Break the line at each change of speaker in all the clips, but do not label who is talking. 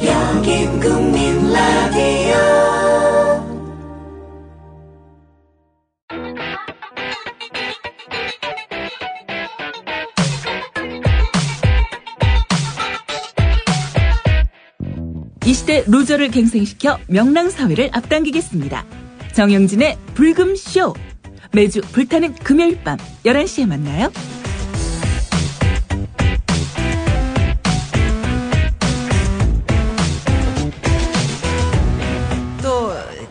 국민 국민 라디오
이 시대 로저를 갱생시켜 명랑사회를 앞당기겠습니다. 정영진의 불금쇼. 매주 불타는 금요일 밤 11시에 만나요.
또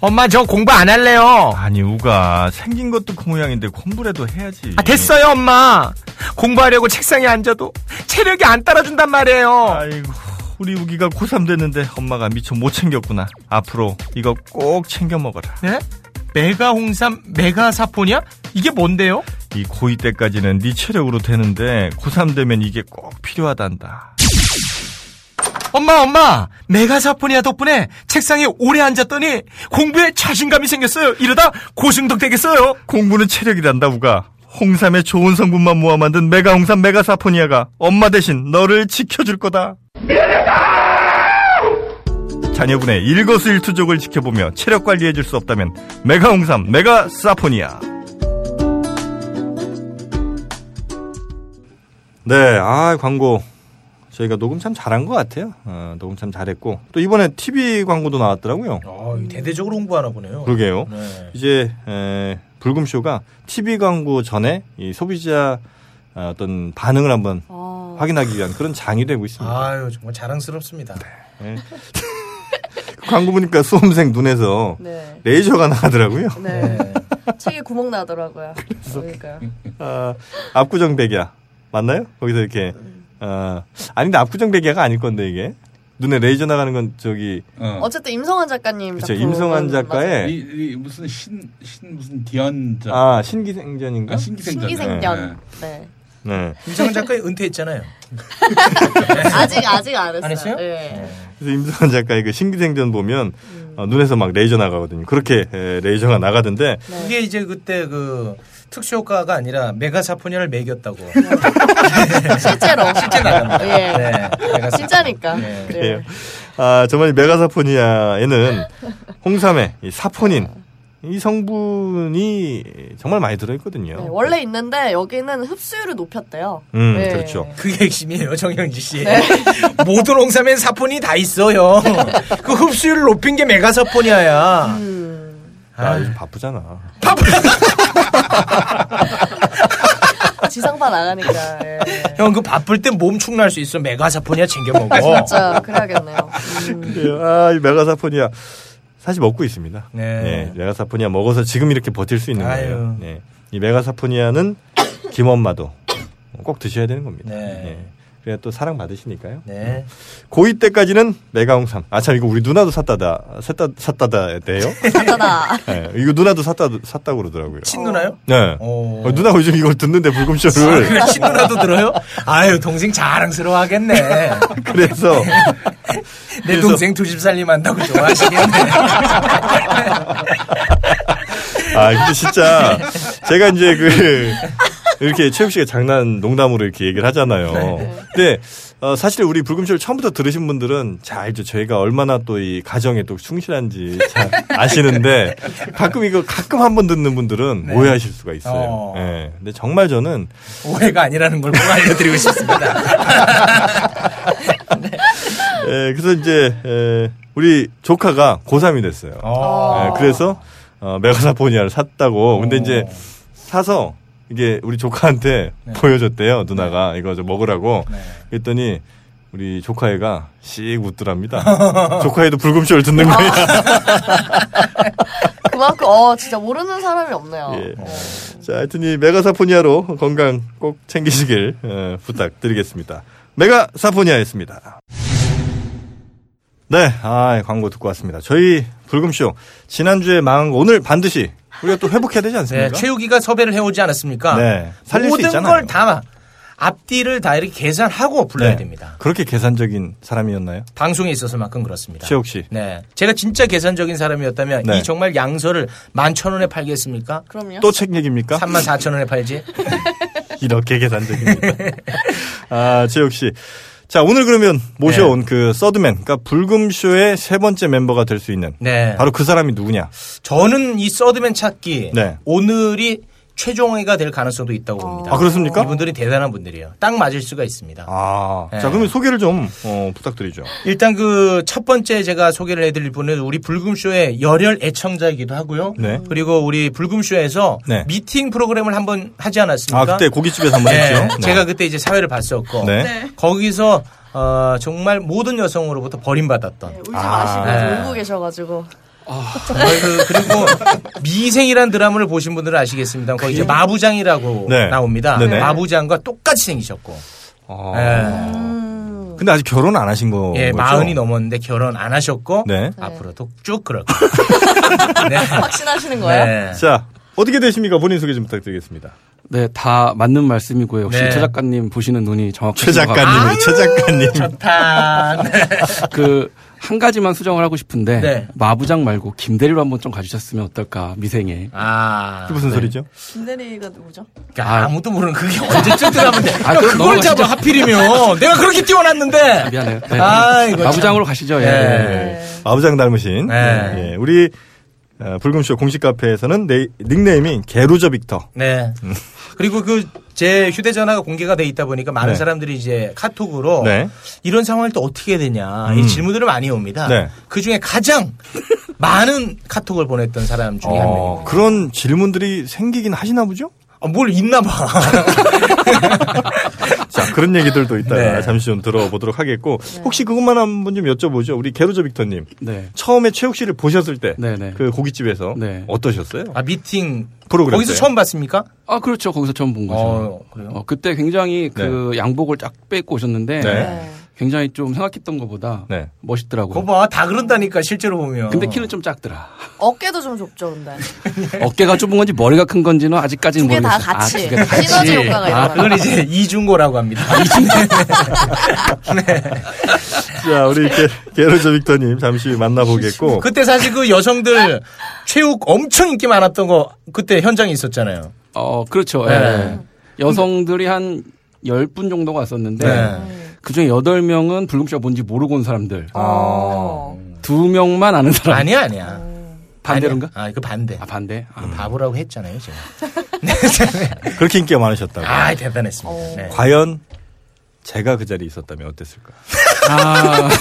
엄마 저 공부 안 할래요.
아니 우가 생긴 것도 그 모양인데 공부라도 해야지.
아, 됐어요 엄마. 공부하려고 책상에 앉아도 체력이 안 따라준단 말이에요.
아이고 우리 우기가 고3 됐는데 엄마가 미처 못 챙겼구나. 앞으로 이거 꼭 챙겨 먹어라.
네? 메가 홍삼 메가 사포니아? 이게 뭔데요?
이 고2 때까지는 네 체력으로 되는데 고3 되면 이게 꼭 필요하단다.
엄마 엄마 메가 사포니아 덕분에 책상에 오래 앉았더니 공부에 자신감이 생겼어요. 이러다 고승덕 되겠어요.
공부는 체력이란다 우가. 홍삼의 좋은 성분만 모아 만든 메가홍삼 메가사포니아가 엄마 대신 너를 지켜줄 거다. 자녀분의 일거수일투족을 지켜보며 체력 관리해줄 수 없다면 메가홍삼 메가사포니아. 네, 아 광고 저희가 녹음 참 잘한 것 같아요. 어, 녹음 참 잘했고 또 이번에 TV 광고도 나왔더라고요.
아,
대대적으로 홍보하나 보네요.
그러게요.
네.
이제 에, 불금쇼가 TV 광고 전에 이 소비자 어, 어떤 반응을 한번
어.
확인하기 위한 그런 장이 되고 있습니다.
정말 자랑스럽습니다.
예. 그 광고 보니까 수험생 눈에서
네.
레이저가 나가더라고요.
네. 책에 구멍 나더라고요. 그러니까.
아, 압구정 백야 맞나요? 거기서 이렇게 아, 아닌데 압구정 백야가 아닐 건데 이게 눈에 레이저 나가는 건 저기
어.
어쨌든 임성환 작가님
그쵸
작품은
임성환
그러니까 맞아요.
네.
이,
작가의
이 무슨 신, 신 무슨 디언자.
아 신기생전인가?
신기생전.
신기생전. 네.
네.
김상훈 작가의 은퇴했잖아요.
아직 아직 안 했어요.
안 했어요?
네.
그래서 임성환 작가의 그 신기생전 보면
음.
어, 눈에서 막 레이저 나가거든요. 그렇게 에, 레이저가 나가던데
네.
이게 이제 그때 그 특수 효과가 아니라 메가사포니아를 매겼다고.
실제로
네. 실제 나간다.
예.
메가사포니아.
진짜니까.
네.
네.
그래요. 아 정말 이 메가사포니아에는 홍삼에 이 사포닌 이 성분이 정말 많이 들어있거든요.
네, 원래 있는데 여기는 흡수율을 높였대요.
음,
네.
그렇죠.
그게 핵심이에요, 정영지 씨. 모든 홍삼엔 사포니 다 있어요. 그 흡수율을 높인 게 메가사포니아야.
나 요즘 바쁘잖아.
아, 지상파 나가니까. 예.
형, 그 바쁠 때 몸 축날 수 있어. 메가사포니아 챙겨 먹어.
진짜 그래야겠네요. 음.
아, 이 메가사포니아 사실 먹고 있습니다.
네.
예, 메가사포니아 먹어서 지금 이렇게 버틸 수 있는 거예요.
아유.
예, 이 메가사포니아는 김엄마도 꼭 드셔야 되는 겁니다.
네.
예, 그래야 또 사랑 받으시니까요.
네.
고2 때까지는 메가홍삼. 아, 참, 이거 우리 누나도 샀다다, 샀다, 샀다다 대요?
간단하다.
예, 이거 누나도 샀다, 샀다고 그러더라고요.
친누나요?
네.
오.
어, 누나가 요즘 이걸 듣는데 불금쇼를.
아, 그래, 친누나도 들어요? 아유, 동생 자랑스러워 하겠네.
그래서
내 동생 두 집살림 한다고 좋아하시겠네.
아, 근데 진짜 제가 이제 그 이렇게 최욱 씨가 장난 농담으로 이렇게 얘기를 하잖아요.
네.
근데 어, 사실 우리 불금쇼를 처음부터 들으신 분들은 잘 알죠. 저희가 얼마나 또 이 가정에 또 충실한지 잘 아시는데 가끔 이거 가끔 한 번 듣는 분들은 오해하실 수가 있어요.
네. 어.
예. 근데 정말 저는
오해가 아니라는 걸 꼭 알려드리고 싶습니다.
예, 그래서 이제 예, 우리 조카가 고3이 됐어요. 예, 그래서 어, 메가사포니아를 샀다고. 근데 이제 사서 이게 우리 조카한테 보여줬대요. 누나가 이거 좀 먹으라고. 그랬더니 우리 조카애가 씩 웃더랍니다. 조카애도 불금쇼를 듣는 거예요.
그만큼 어 진짜 모르는 사람이 없네요.
예.
어.
자, 하여튼 이 메가사포니아로 건강 꼭 챙기시길 어, 부탁드리겠습니다. 메가사포니아였습니다. 네, 아, 광고 듣고 왔습니다. 저희 불금쇼 지난주에 망한 거 오늘 반드시 우리가 또 회복해야 되지
네,
않습니까?
최욱이가 섭외를 해오지 않았습니까?
네, 살릴 수
모든
있잖아요.
걸 다 앞뒤를 다 이렇게 계산하고 불러야
네.
됩니다.
그렇게 계산적인 사람이었나요?
방송에 있어서만큼 그렇습니다.
최욱 씨.
네, 제가 진짜 계산적인 사람이었다면
네.
이 정말 양서를 만 천 원에 팔겠습니까?
그럼요.
또 책 얘기입니까?
3만 4천 원에 팔지?
이렇게 계산적입니다. 아, 최욱 씨. 자, 오늘 그러면 모셔온
네.
그 서드맨, 그러니까 불금쇼의 세 번째 멤버가 될 수 있는
네.
바로 그 사람이 누구냐?
저는 이 서드맨 찾기
네.
오늘이 최종회가 될 가능성도 있다고 봅니다.
아, 그렇습니까?
이분들이 대단한 분들이에요. 딱 맞을 수가 있습니다.
아,
네.
자 그러면 소개를 좀 어, 부탁드리죠.
일단 그 첫 번째 제가 소개를 해드릴 분은 우리 불금쇼의 열혈 애청자이기도 하고요.
네.
그리고 우리 불금쇼에서
네.
미팅 프로그램을 한번 하지 않았습니까?
아 그때 고깃집에서 한번
네.
했죠. 네.
제가 그때 이제 사회를 봤었고
네.
거기서 어, 정말 모든 여성으로부터 버림받았던
울지
아.
마시고
아.
네.
울고 아, 계셔가지고
정말 그, 그리고 미생이란 드라마를 보신 분들은 아시겠습니다만 거기 이제 마부장이라고
네.
나옵니다.
네네.
마부장과 똑같이 생기셨고
아,
예.
근데 아직 결혼 안 하신 거.
예,
어, 그렇죠.
거죠?
마흔이 넘었는데 결혼 안 하셨고
네.
앞으로도 쭉 그럴 거예요. 네.
확신하시는 거예요?
네.
자 어떻게 되십니까? 본인 소개 좀 부탁드리겠습니다.
네, 다 맞는 말씀이고요. 역시
네.
최 작가님 보시는 눈이 정확하신
최
아,
작가님, 최 작가님.
다. 네.
아, 그한 가지만 수정을 하고 싶은데
네.
마부장 말고 김대리로 한번 좀 가주셨으면 어떨까 미생에.
아,
무슨 소리죠?
김대리가 누구죠?
그러니까 아무도 모르는 그게 언제쯤 드라마인데.
아, 그럼
그걸
넘어가시죠.
잡아 하필이면 내가 그렇게 뛰어났는데.
미안해요. 네.
아, 이거 참.
마부장으로 가시죠. 예.
네.
마부장 닮으신.
네.
예, 우리 어, 불금쇼 공식 카페에서는 네- 닉네임이 게루저 빅터.
네.
음.
그리고 그 제 휴대전화가 공개가 돼 있다 보니까 많은
네.
사람들이 이제 카톡으로
네.
이런 상황을 또 어떻게 해야 되냐 이
음.
질문들을 많이 옵니다.
네.
그 중에 가장 많은 카톡을 보냈던 사람 중에 한
어,
명입니다.
그런 질문들이 생기긴 하시나 보죠?
아, 뭘 있나 봐.
자 그런 얘기들도 있다가
네.
잠시 좀 들어보도록 하겠고 혹시 그것만 한번 좀 여쭤보죠. 우리 게루저 빅터님.
네.
처음에 최욱 씨를 보셨을 때
네, 네.
그 고깃집에서
네.
어떠셨어요?
아, 미팅
프로그램
거기서
때.
처음 봤습니까?
아 그렇죠. 거기서 처음 본 거죠.
어, 그래요?
어, 그때 굉장히 그 양복을 쫙 빼고 오셨는데
네.
네.
굉장히 좀 생각했던 것보다
네.
멋있더라고요.
그거 봐. 다 그런다니까 실제로 보면.
근데 키는 좀 작더라.
어깨도 좀 좁죠,
아,
근데.
네. 어깨가 좁은 건지 머리가 큰 건지는 아직까지는
두 개 다
모르겠어요.
같이.
아, 두개 다 같이.
시너지 효과가
아,
일어나.
그걸 이제 이중고라고 합니다.
아, 자 우리 게, 게루저 빅터님 잠시 만나보겠고
그때 사실 그 여성들 최욱 엄청 인기 많았던 거 그때 현장에 있었잖아요.
어, 그렇죠. 예.
네.
여성들이 한 10분 정도가 왔었는데
네.
그중에 8명은 불금쇼가 뭔지 모르고 온 사람들.
어.
두명만 아는 사람.
아. 아니야, 아니야.
반대로인가?
아니야. 아, 그 반대. 그
아, 반대. 아.
바보라고 했잖아요, 제가. 네.
그렇게 인기가 많으셨다고.
아, 대단했습니다. 네.
과연 제가 그 자리에 있었다면 어땠을까?
아,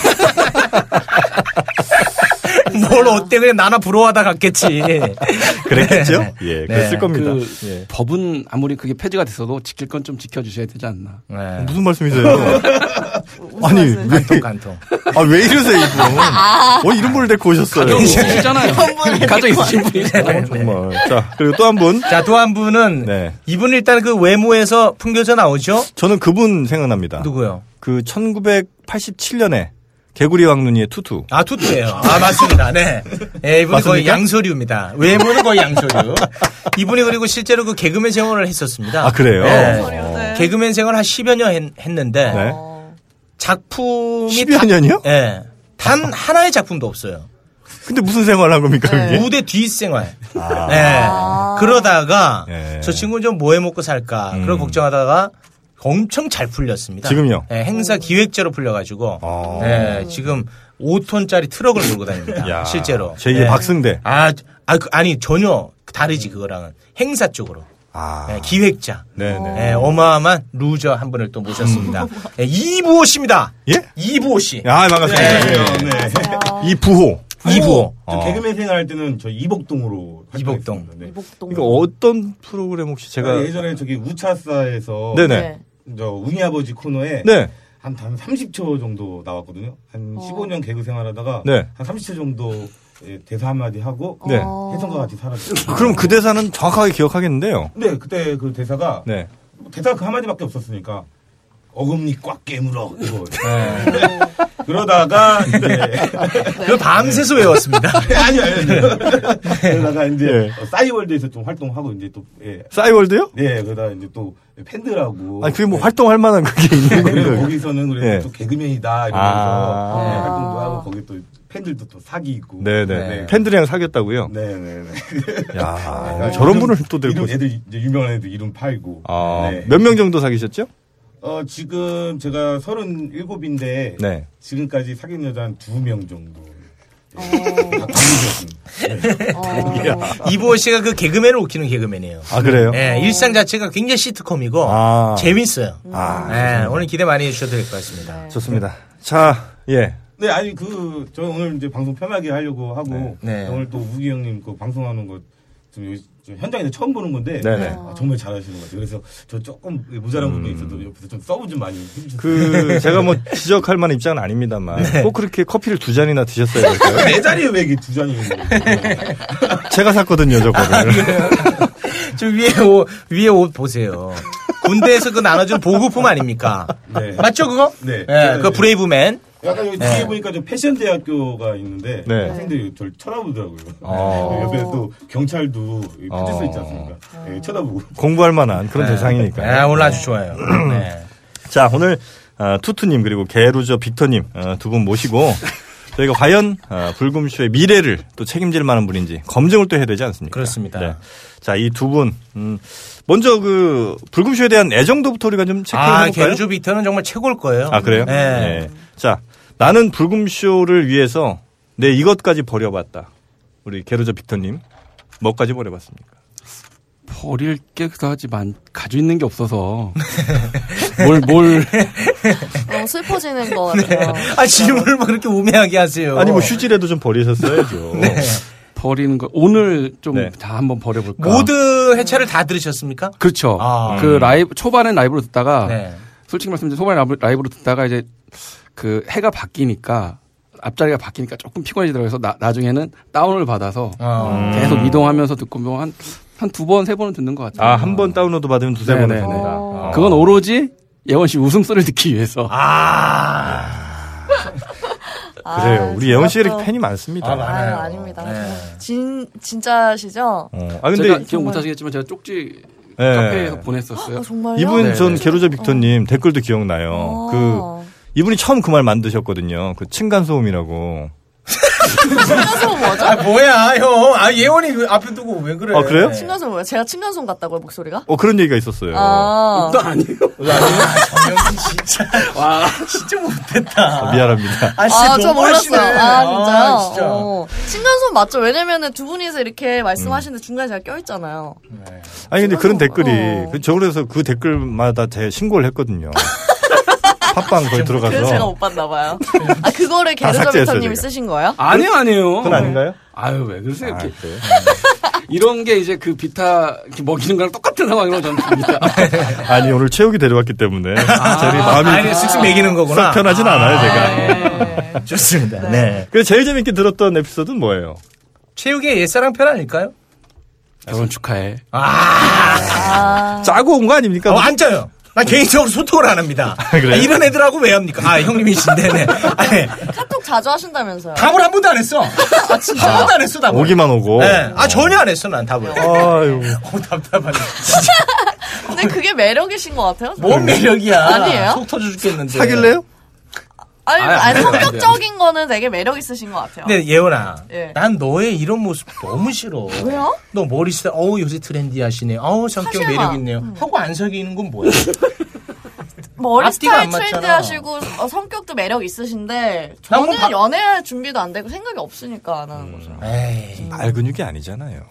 뭘 어때? 그냥 나나 부러워하다 갔겠지.
그랬겠죠?
네.
예, 그랬을
네.
겁니다.
그
예.
법은 아무리 그게 폐지가 됐어도 지킬 건 좀 지켜주셔야 되지 않나.
네.
무슨 말씀이세요? 아니 왜,
간통, 간통.
아, 왜 이러세요 이분? 뭐 이런 분을 데리고
네.
오셨어요?
가족 있으시잖아요. 가족 있으신 분이.
어, 정말. 자 그리고 또 한 분.
자, 또 한 분은
네.
이분은 일단 그 외모에서 풍겨져 나오죠?
저는 그분 생각납니다.
누구요?
그 1987년에 개구리 왕눈이의 투투.
아, 투투예요. 아, 맞습니다. 네. 예, 이분이 거의
맞습니까?
양서류입니다. 외모는 거의 양서류. 이분이 그리고 실제로 그 개그맨 생활을 했었습니다.
아 그래요?
네.
어.
개그맨 생활 한 10여 년 했, 는데
네.
어,
작품이
10여 년이요? 아.
예. 단 하나의 작품도 없어요.
근데 무슨 생활을 한 겁니까, 그게?
무대 뒷생활.
예? 아.
예. 그러다가
예.
저 친구는 좀 뭐해 먹고 살까
음.
그런 걱정하다가 엄청 잘 풀렸습니다.
지금요?
예, 행사 기획자로 풀려가지고
아.
예, 지금 5톤짜리 트럭을 몰고 다닙니다.
야,
아, 실제로.
제2의
예.
박승대.
아, 아, 그, 아니 전혀 다르지 그거랑은 행사 쪽으로
아.
예, 기획자.
네네.
예, 어마어마한 루저 한 분을 또 모셨습니다. 예, 이부호 씨입니다.
음. 예?
이부호 씨.
아, 반갑습니다. 예.
네.
이 부호.
이부호.
어.
개그맨 생활할 때는 저 이복동으로
이복동.
활동했었는데. 네.
이복동.
이거 어떤
아,
프로그램 혹시 제가.
예전에 저기 우차사에서
네네.
네.
저 웅이 아버지 코너에
네.
한, 한 30초 정도 나왔거든요. 한 15년 개그 생활하다가
네.
한 30초 정도 예, 대사 한마디 하고
네.
혜성과 같이 살았어요.
그럼 그 대사는 정확하게 기억하겠는데요.
네, 그때 그 대사가
네.
대사 그 한마디밖에 없었으니까 어금니 꽉 깨물어 이거. 그러다가 이제
아,
그 밤새서 외웠습니다.
아니요, 아니요. 그러다가 이제
예.
어, 싸이월드에서 좀 활동하고 이제 또 예.
싸이월드요?
예, 그러다 이제 또 팬들하고 네.
아니 그게 뭐 활동할 만한 그게 있는
그래서
건가요?
거기서는 그래서
예.
또 개그맨이다 이러면서
아.
예, 활동도 하고 거기 또 팬들도 또 사귀고
네네.
네.
팬들이랑 사귀었다고요?
네네네 아,
야 저런 분을 또 들고.
이름 애들 이제 유명한 애들 이름 팔고
아,
네.
몇 명 정도 사귀셨죠?
어, 지금 제가 37인데
네.
지금까지 사귄 여자 한 두 명 정도 예. 다 관계자분.
이보호 씨가 그 개그맨을 웃기는 개그맨이에요.
아, 네. 그래요?
예, 일상 자체가 굉장히 시트콤이고
아.
재밌어요.
아,
예, 오늘 기대 많이 해주셔도 될 것 같습니다.
좋습니다. 자, 예.
네, 아니 그 저 오늘 이제 방송 편하게 하려고 하고
네. 네.
오늘 또 우기 형님 그 방송하는 거좀 여기 좀 현장에서 처음 보는 건데
네네. 음.
아, 정말 잘하시는 것 같아요. 그래서 저 조금 모자란 부분이 있어도 옆에서 좀 서브 좀 많이 해주셨어요.
그 제가 뭐 지적할 만한 입장은 아닙니다만
네.
꼭 그렇게 커피를 두 잔이나 드셨어야 할까요?
내 자리에 왜 이게 두 잔이 있는 거예요?
제가 샀거든요,
아,
저거를. 네.
저 위에 옷, 위에 옷 보세요. 군대에서 그 나눠준 보급품 아닙니까?
네.
맞죠, 그거?
네.
예, 그 브레이브맨.
약간 여기 뒤에 보니까 저 패션 대학교가 있는데
네.
학생들이 저를 쳐다보더라고요.
아.
옆에 또 경찰도 이
아.
펜트 써 있지 않습니까? 예, 쳐다보고.
공부할 만한 그런
예.
대상이니까.
예, 오늘 아주 좋아요. 네.
자, 오늘 어, 투투님 그리고 게루저 빅터님 어, 두 분 모시고 저희가 과연 어, 불금쇼의 미래를 또 책임질 만한 분인지 검증을 또 해야 되지 않습니까? 네.
그렇습니다.
자, 이 두 분. 음, 먼저 그 불금쇼에 대한 애정도부터 우리가 좀 체크해
아,
볼까요?
게르조 비터는 정말 최고일 거예요.
아 그래요?
예.
네. 자 나는 불금쇼를 위해서 내 이것까지 버려봤다. 우리 게르저 빅터님 뭐까지 버려봤습니까?
버릴 게 그다지만 가지고 있는 게 없어서 뭘 뭘
너무 네. 어, 슬퍼지는 것
네.
같아요.
아, 질문을 막 그렇게 우매하게 하세요.
아니 뭐 휴지라도 좀 버리셨어야죠.
버리는 거 오늘 좀 다
네.
한번 버려볼까?
모두 회차를 다 들으셨습니까?
그렇죠.
아.
음.
그 라이브 초반엔 라이브로
아.
듣다가
네.
솔직히 말씀드리면 초반에 라이브- 라이브로 듣다가 이제 그 해가 바뀌니까 앞자리가 바뀌니까 조금 피곤해지더라고요. 그래서 나, 나중에는 다운을 받아서
음.
아.
계속 이동하면서 듣고 뭐 한, 한 두 번, 세 번은 듣는 것 같아요.
아 한 번 다운로드 받으면 두세 번
네네.
됩니다.
어.
아.
그건 오로지 예원 씨 웃음소리를 듣기 위해서.
아.
아,
그래요. 우리 예원 씨
진짜
이렇게 팬이 많습니다.
아,
또-
많아.
아유,
많아요.
아닙니다.
네.
진, 진짜시죠?
어, 아
제가
근데
기억 못하시겠지만 제가 쪽지
예.
카페에서
아,
보냈었어요.
정말요?
이분
네.
전 게르저 빅터님 댓글도 기억나요.
어.
그
아.
이분이 처음 그 말 만드셨거든요. 그 층간 소음이라고.
아, 뭐야, 형. 아, 예원이 왜 앞에 두고 왜 그래?
아, 그래요?
침전송 뭐야? 제가 침전송 같다고요, 목소리가?
어 그런 얘기가 있었어요.
아.
아니에요.
정영진 진짜. 와, 진짜 못됐다.
아, 미안합니다.
아, 진짜
아, 저
너무 하시네.
몰랐어요. 아, 진짜요?
아, 진짜.
어. 신간선 맞죠? 왜냐면은 두 분이서 이렇게 말씀하시는데 중간에 제가 껴있잖아요.
아니 근데 그런 댓글이
어.
그- 저 그래서 그 댓글마다 제 신고를 했거든요. 팟빵 거기
그래서 제가
들어가서
못 봤나봐요. 아, 그거를
다 삭제했어요,
게르저비터님이
제가.
쓰신 거예요?
아니요, 아니에요.
그건 아닌가요?
아유, 왜 그러세요?
아,
이렇게.
그래요?
음.
이런 게 이제 그 비타 이렇게 먹이는 거랑 똑같은 상황이라고 저는 봅니다.
네.
아니 오늘 체육이 데려왔기 때문에 저희 마음이
아니, 쓱쓱 매기는 거구나.
썩 편하진 않아요 제가.
네. 좋습니다. 네.
그래서 제일 재밌게 들었던 에피소드는 뭐예요?
체육의 옛사랑 편 아닐까요?
결혼 축하해.
짜고 온 거 아닙니까?
어, 안 짜요. 나 개인적으로 소통을 안 합니다.
그래요?
아, 이런 애들하고 왜 합니까? 아, 형님이신데. 네. 아, 네.
카톡 자주 하신다면서요?
답을 한 번도 안 했어. 한 번도 안 했어, 답을.
오기만 오고.
네. 아, 전혀 안 했어, 난 답을.
아유.
어, 답답하네.
근데 그게 매력이신 것 같아요. 저는.
뭔 매력이야.
아니에요?
속 터져 죽겠는데.
사귈래요?
아니,
아니,
아니,
안 돼요,
성격적인 거는 되게 매력 있으신 것 같아요.
근데 예원아,
예.
난 너의 이런 모습 너무 싫어.
왜요?
너 머리 스타일, 어우, 요새 트렌디하시네. 어우, 성격
하지 마.
매력 있네요. 하고 안 사귀는 건 뭐야?
머리 스타일
앞뒤가 안 맞잖아.
트렌드 하시고 어, 성격도 매력 있으신데
난
저는
뭐 바-
연애 준비도 안 되고 생각이 없으니까 안 하는 거죠.
에이.
말 근육이 아니잖아요.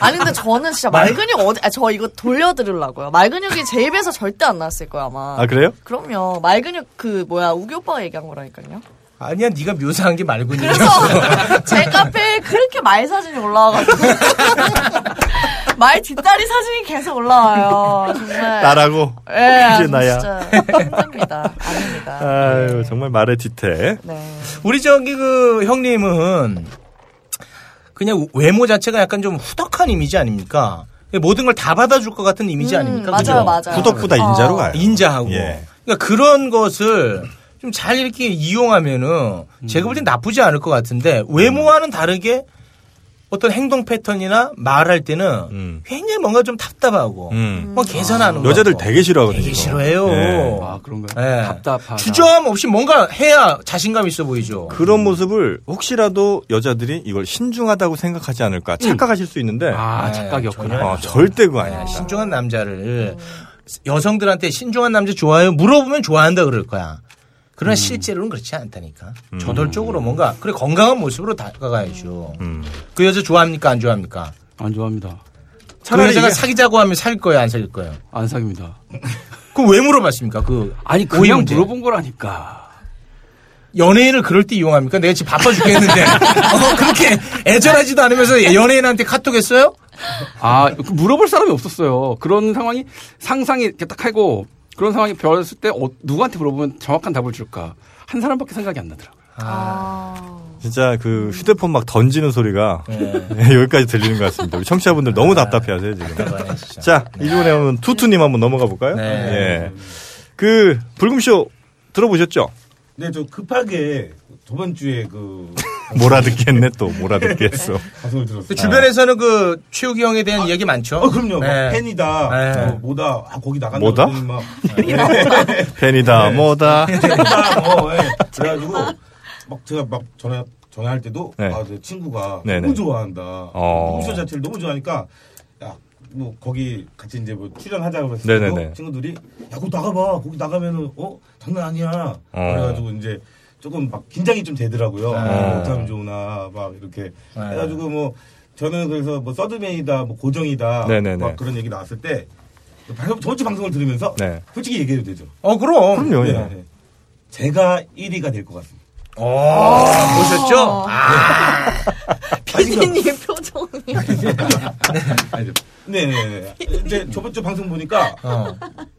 아니 근데 저는 진짜
말-
말근육 어디 아, 저 이거 돌려드리려고요. 말근육이 제 입에서 절대 안 나왔을 거야 아마.
아 그래요?
그럼요. 말근육 그 뭐야 우기 오빠가 얘기한 거라니까요.
아니야, 네가 묘사한 게 말고는.
그래서 제 카페에 그렇게 말 사진이 올라와가지고 말 뒷다리 사진이 계속 올라와요. 정말.
나라고.
예,
이제 나야.
진짜 힘듭니다. 아닙니다.
아유 정말 말의 뒤태.
네.
우리 저기 그 형님은 그냥 외모 자체가 약간 좀 후덕한 이미지 아닙니까? 모든 걸 다 받아줄 것 같은 이미지
음,
아닙니까?
맞아요,
그죠?
맞아요.
후덕보다 인자로 가요.
인자하고.
예.
그러니까 그런 것을 좀 잘 이렇게 이용하면은 제가 볼 땐 나쁘지 않을 것 같은데 외모와는 다르게 어떤 행동 패턴이나 말할 때는
음.
굉장히 뭔가 좀 답답하고
음.
뭐 계산하는 거
여자들 되게 싫어하거든요.
되게 싫어해요.
예.
아 그런가요?
예.
답답하다.
주저함 없이 뭔가 해야 자신감 있어 보이죠.
그런 모습을 혹시라도 여자들이 이걸 신중하다고 생각하지 않을까 착각하실 수 있는데
아
예,
착각이었구나.
전혀
어, 절대 그거 아니야.
신중한 남자를 여성들한테 신중한 남자 좋아요 물어보면 좋아한다 그럴 거야. 그러나 실제로는 그렇지 않다니까. 저돌적으로 뭔가 그래 건강한 모습으로 다가가야죠. 그 여자 좋아합니까 안 좋아합니까?
안 좋아합니다.
그
차라리
여자가
이게-
사귀자고 하면 살 거예요 안 사귈 거예요?
안 사깁니다.
그럼 왜 물어봤습니까? 그
아니
오이
그냥
문제.
물어본 거라니까.
연예인을 그럴 때 이용합니까? 내가 지금 바빠 죽겠는데 어, 그렇게 애절하지도 않으면서 연예인한테 카톡했어요?
아 물어볼 사람이 없었어요. 그런 상황이 상상이 이렇게 딱 하고 그런 상황이 벌어졌을 때 어, 누구한테 물어보면 정확한 답을 줄까? 한 사람밖에 생각이 안 나더라고요.
진짜 그 휴대폰 막 던지는 소리가 여기까지 들리는 것 같습니다. 우리 청취자분들 너무 네. 답답해하세요 지금.
네, 진짜.
자 이번에 한번 투투님 한번 넘어가 볼까요?
네.
예. 그 불금쇼 들어보셨죠?
네, 저 급하게 저번 주에 그
몰아듣겠네 또 몰아듣겠어.
방송을 들었어요.
근데 주변에서는 그 최욱이 형에 대한 이야기 많죠?
어, 그럼요. 막
네.
팬이다.
네.
뭐 뭐다. 아, 거기 나간다.
뭐다?
그랬더니 막
팬이다 뭐다.
팬이다. 뭐, 예. 그래가지고 막 제가 막 전화 전화할 때도
네.
아, 내 친구가
네,
너무
네.
좋아한다.
어.
쇼 자체를 너무 좋아하니까 야, 뭐 거기 같이 이제 뭐 출연하자고
네,
했을
네,
때
네.
친구들이 야, 거기 나가봐. 거기 나가면은 어 장난 아니야.
어.
그래가지고 이제. 조금 막 긴장이 좀 되더라고요.
아.
못하면 좋으나 막 이렇게
아.
해가지고 뭐 저는 그래서 뭐 서드맨이다, 뭐 고정이다,
네네네.
막 그런 얘기 나왔을 때 방금 저번 주 방송을 들으면서
네.
솔직히 얘기해도 되죠.
어, 그럼.
그럼요.
네,
예.
네. 제가 1위가 될 것 같습니다.
아, 보셨죠? 아,
피디님 표정이.
네, 네, 네. 근데 저번 주 방송 보니까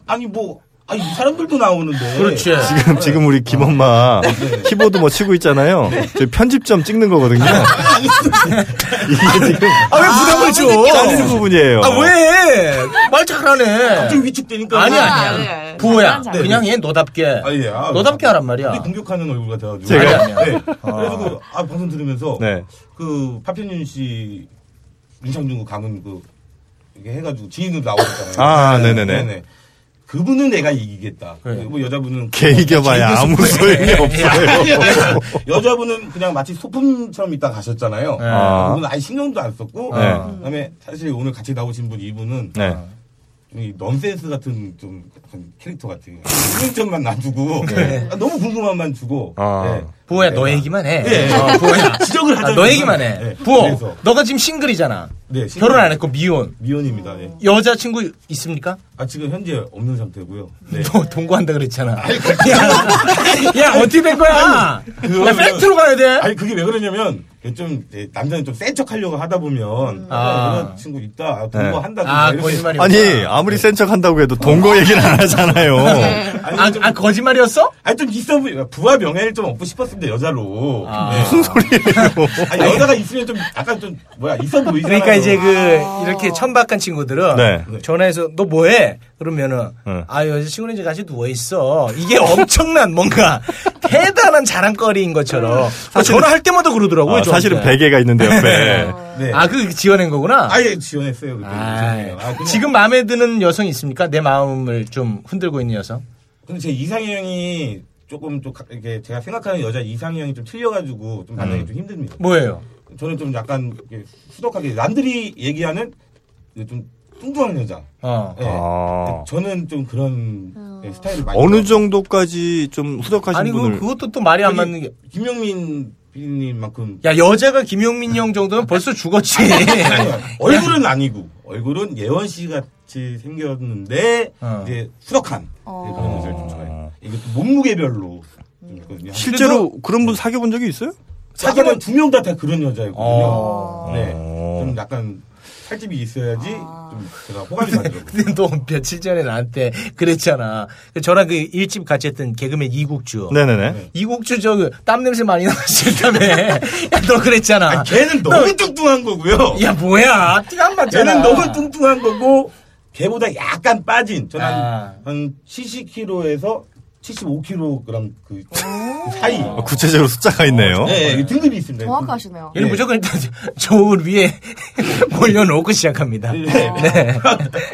아니 뭐 아니 사람들도 나오는데
어. 그렇지.
네.
지금 지금 우리
아,
김엄마
네.
키보드 뭐 치고 있잖아요. 저 편집점 찍는 거거든요. 이게 지금
아, 왜 부담을
잘리는
줘?
부분이에요.
아, 왜? 말
갑자기
잘하네.
위축되니까
아니,
아,
아니야.
예, 예.
부호야.
네.
그냥 얘 너답게.
아, 예. 아,
너답게 하란 말이야.
우리 공격하는 얼굴 같아가지고
제가?
아니, 아니야. 네. 그래서 그, 아 방송 들으면서
네.
그 파편윤 씨 윤상준 그 강은 그 이렇게 해가지고 지인으로 나오잖아요.
아, 네네네.
그분은 내가 이기겠다.
네.
뭐 여자분은 뭐
개 이겨봐야 아무 소용이
아,
없어요.
여자분은 그냥 마치 소품처럼 있다 가셨잖아요.
네.
아.
그분은 아예 신경도 안 썼고
네.
그다음에 사실 오늘 같이 나오신 분 이분은
네.
좀이 넌센스 같은 좀 약간 캐릭터 같은 궁금증만 놔두고
네.
아, 너무 궁금함만 주고
아.
부호야, 너 얘기만 해.
네.
어, 부호야.
지적을
아,
하자.
너 얘기만 해.
네.
부호,
그래서.
너가 지금 싱글이잖아.
네, 싱글.
결혼 안 했고 미혼.
미연입니다. 예.
여자친구 있습니까?
아 지금 현재 없는 상태고요. 네.
너 동거한다 그랬잖아. 야, 야, 어떻게 된 거야? 야,
그거는-
팩트로 가야 돼.
아니 그게 왜 그러냐면 좀 이제 남자는 좀 센 척 하려고 하다 보면
아.
아, 이런 친구 있다
네.
동거 한다
아, 거짓말이야.
아니
네.
아무리 센 척 한다고 해도 동거 얘기는 안 하잖아요.
아니,
아,
좀,
아, 거짓말이었어?
아니 좀 있어 보여 부하 명예를 좀 얻고 싶었습니다 여자로
아.
네.
무슨 소리예요?
아니, 여자가 있으면 좀 약간 좀 뭐야 있어 보이잖아요
그러니까 이제 그 이렇게 천박한 친구들은
네.
전화해서 너 뭐해? 그러면은
네.
아 여자친구는 이제 같이 누워 있어. 이게 엄청난 뭔가 대단한 자랑거리인 것처럼 아, 전화할 때마다 그러더라고요.
아, 사실은
저한테.
베개가 있는데 옆에.
네.
아, 그 지어낸 거구나.
아예 지원했어요 그때
아이,
죄송해요. 아, 근데-
지금 마음에 드는 여성 있습니까? 내 마음을 좀 흔들고 있는 여성.
근데 제 이상형이 조금 좀 가- 이렇게 제가 생각하는 여자 이상형이 좀 틀려가지고 좀 만나기 좀 힘듭니다.
음. 뭐예요?
저는 좀 약간 이렇게 수덕하게 남들이 얘기하는 좀 뚱뚱한 여자.
어.
예.
아.
저는 좀 그런 예, 스타일을 많이.
어느 정도까지 좀 후덕하신
아니 그
분을
그것도 또 말이 안 맞는 게.
저기 김영민 PD님만큼
야 여자가 김용민 형 정도면 벌써 죽었지. 예.
얼굴은 아니고 얼굴은 예원 씨 같이 생겼는데
어.
이제 수덕한
어.
예, 그런 여자를 좀 좋아해요. 이게 또 몸무게별로
음.
좀 있거든요.
실제로 그런 분 사귀어 본 적이 있어요?
사귀면 두 명 다 다 그런 여자이거든요.
어.
네. 좀 약간 살집이 있어야지
아.
좀 제가 호감이 가더라고요.
근데 너 며칠 전에 나한테 그랬잖아. 그 저랑 그 일집 같이 했던 개그맨 이국주.
네네네.
이국주 저 땀 냄새 많이 나시다며. 야, 너 그랬잖아.
걔는 너무 뚱뚱한 거고요.
야 뭐야? 띠가 안 맞잖아.
걔는 너무 뚱뚱한 거고 걔보다 약간 빠진 저는 한, 한 70kg에서 75kg 그 사이.
어, 구체적으로 숫자가 있네요.
네, 네, 등급이 있습니다.
정확하시네요.
예.
얘는 무조건 일단 저울 위에 올려놓고 시작합니다.
예.
네.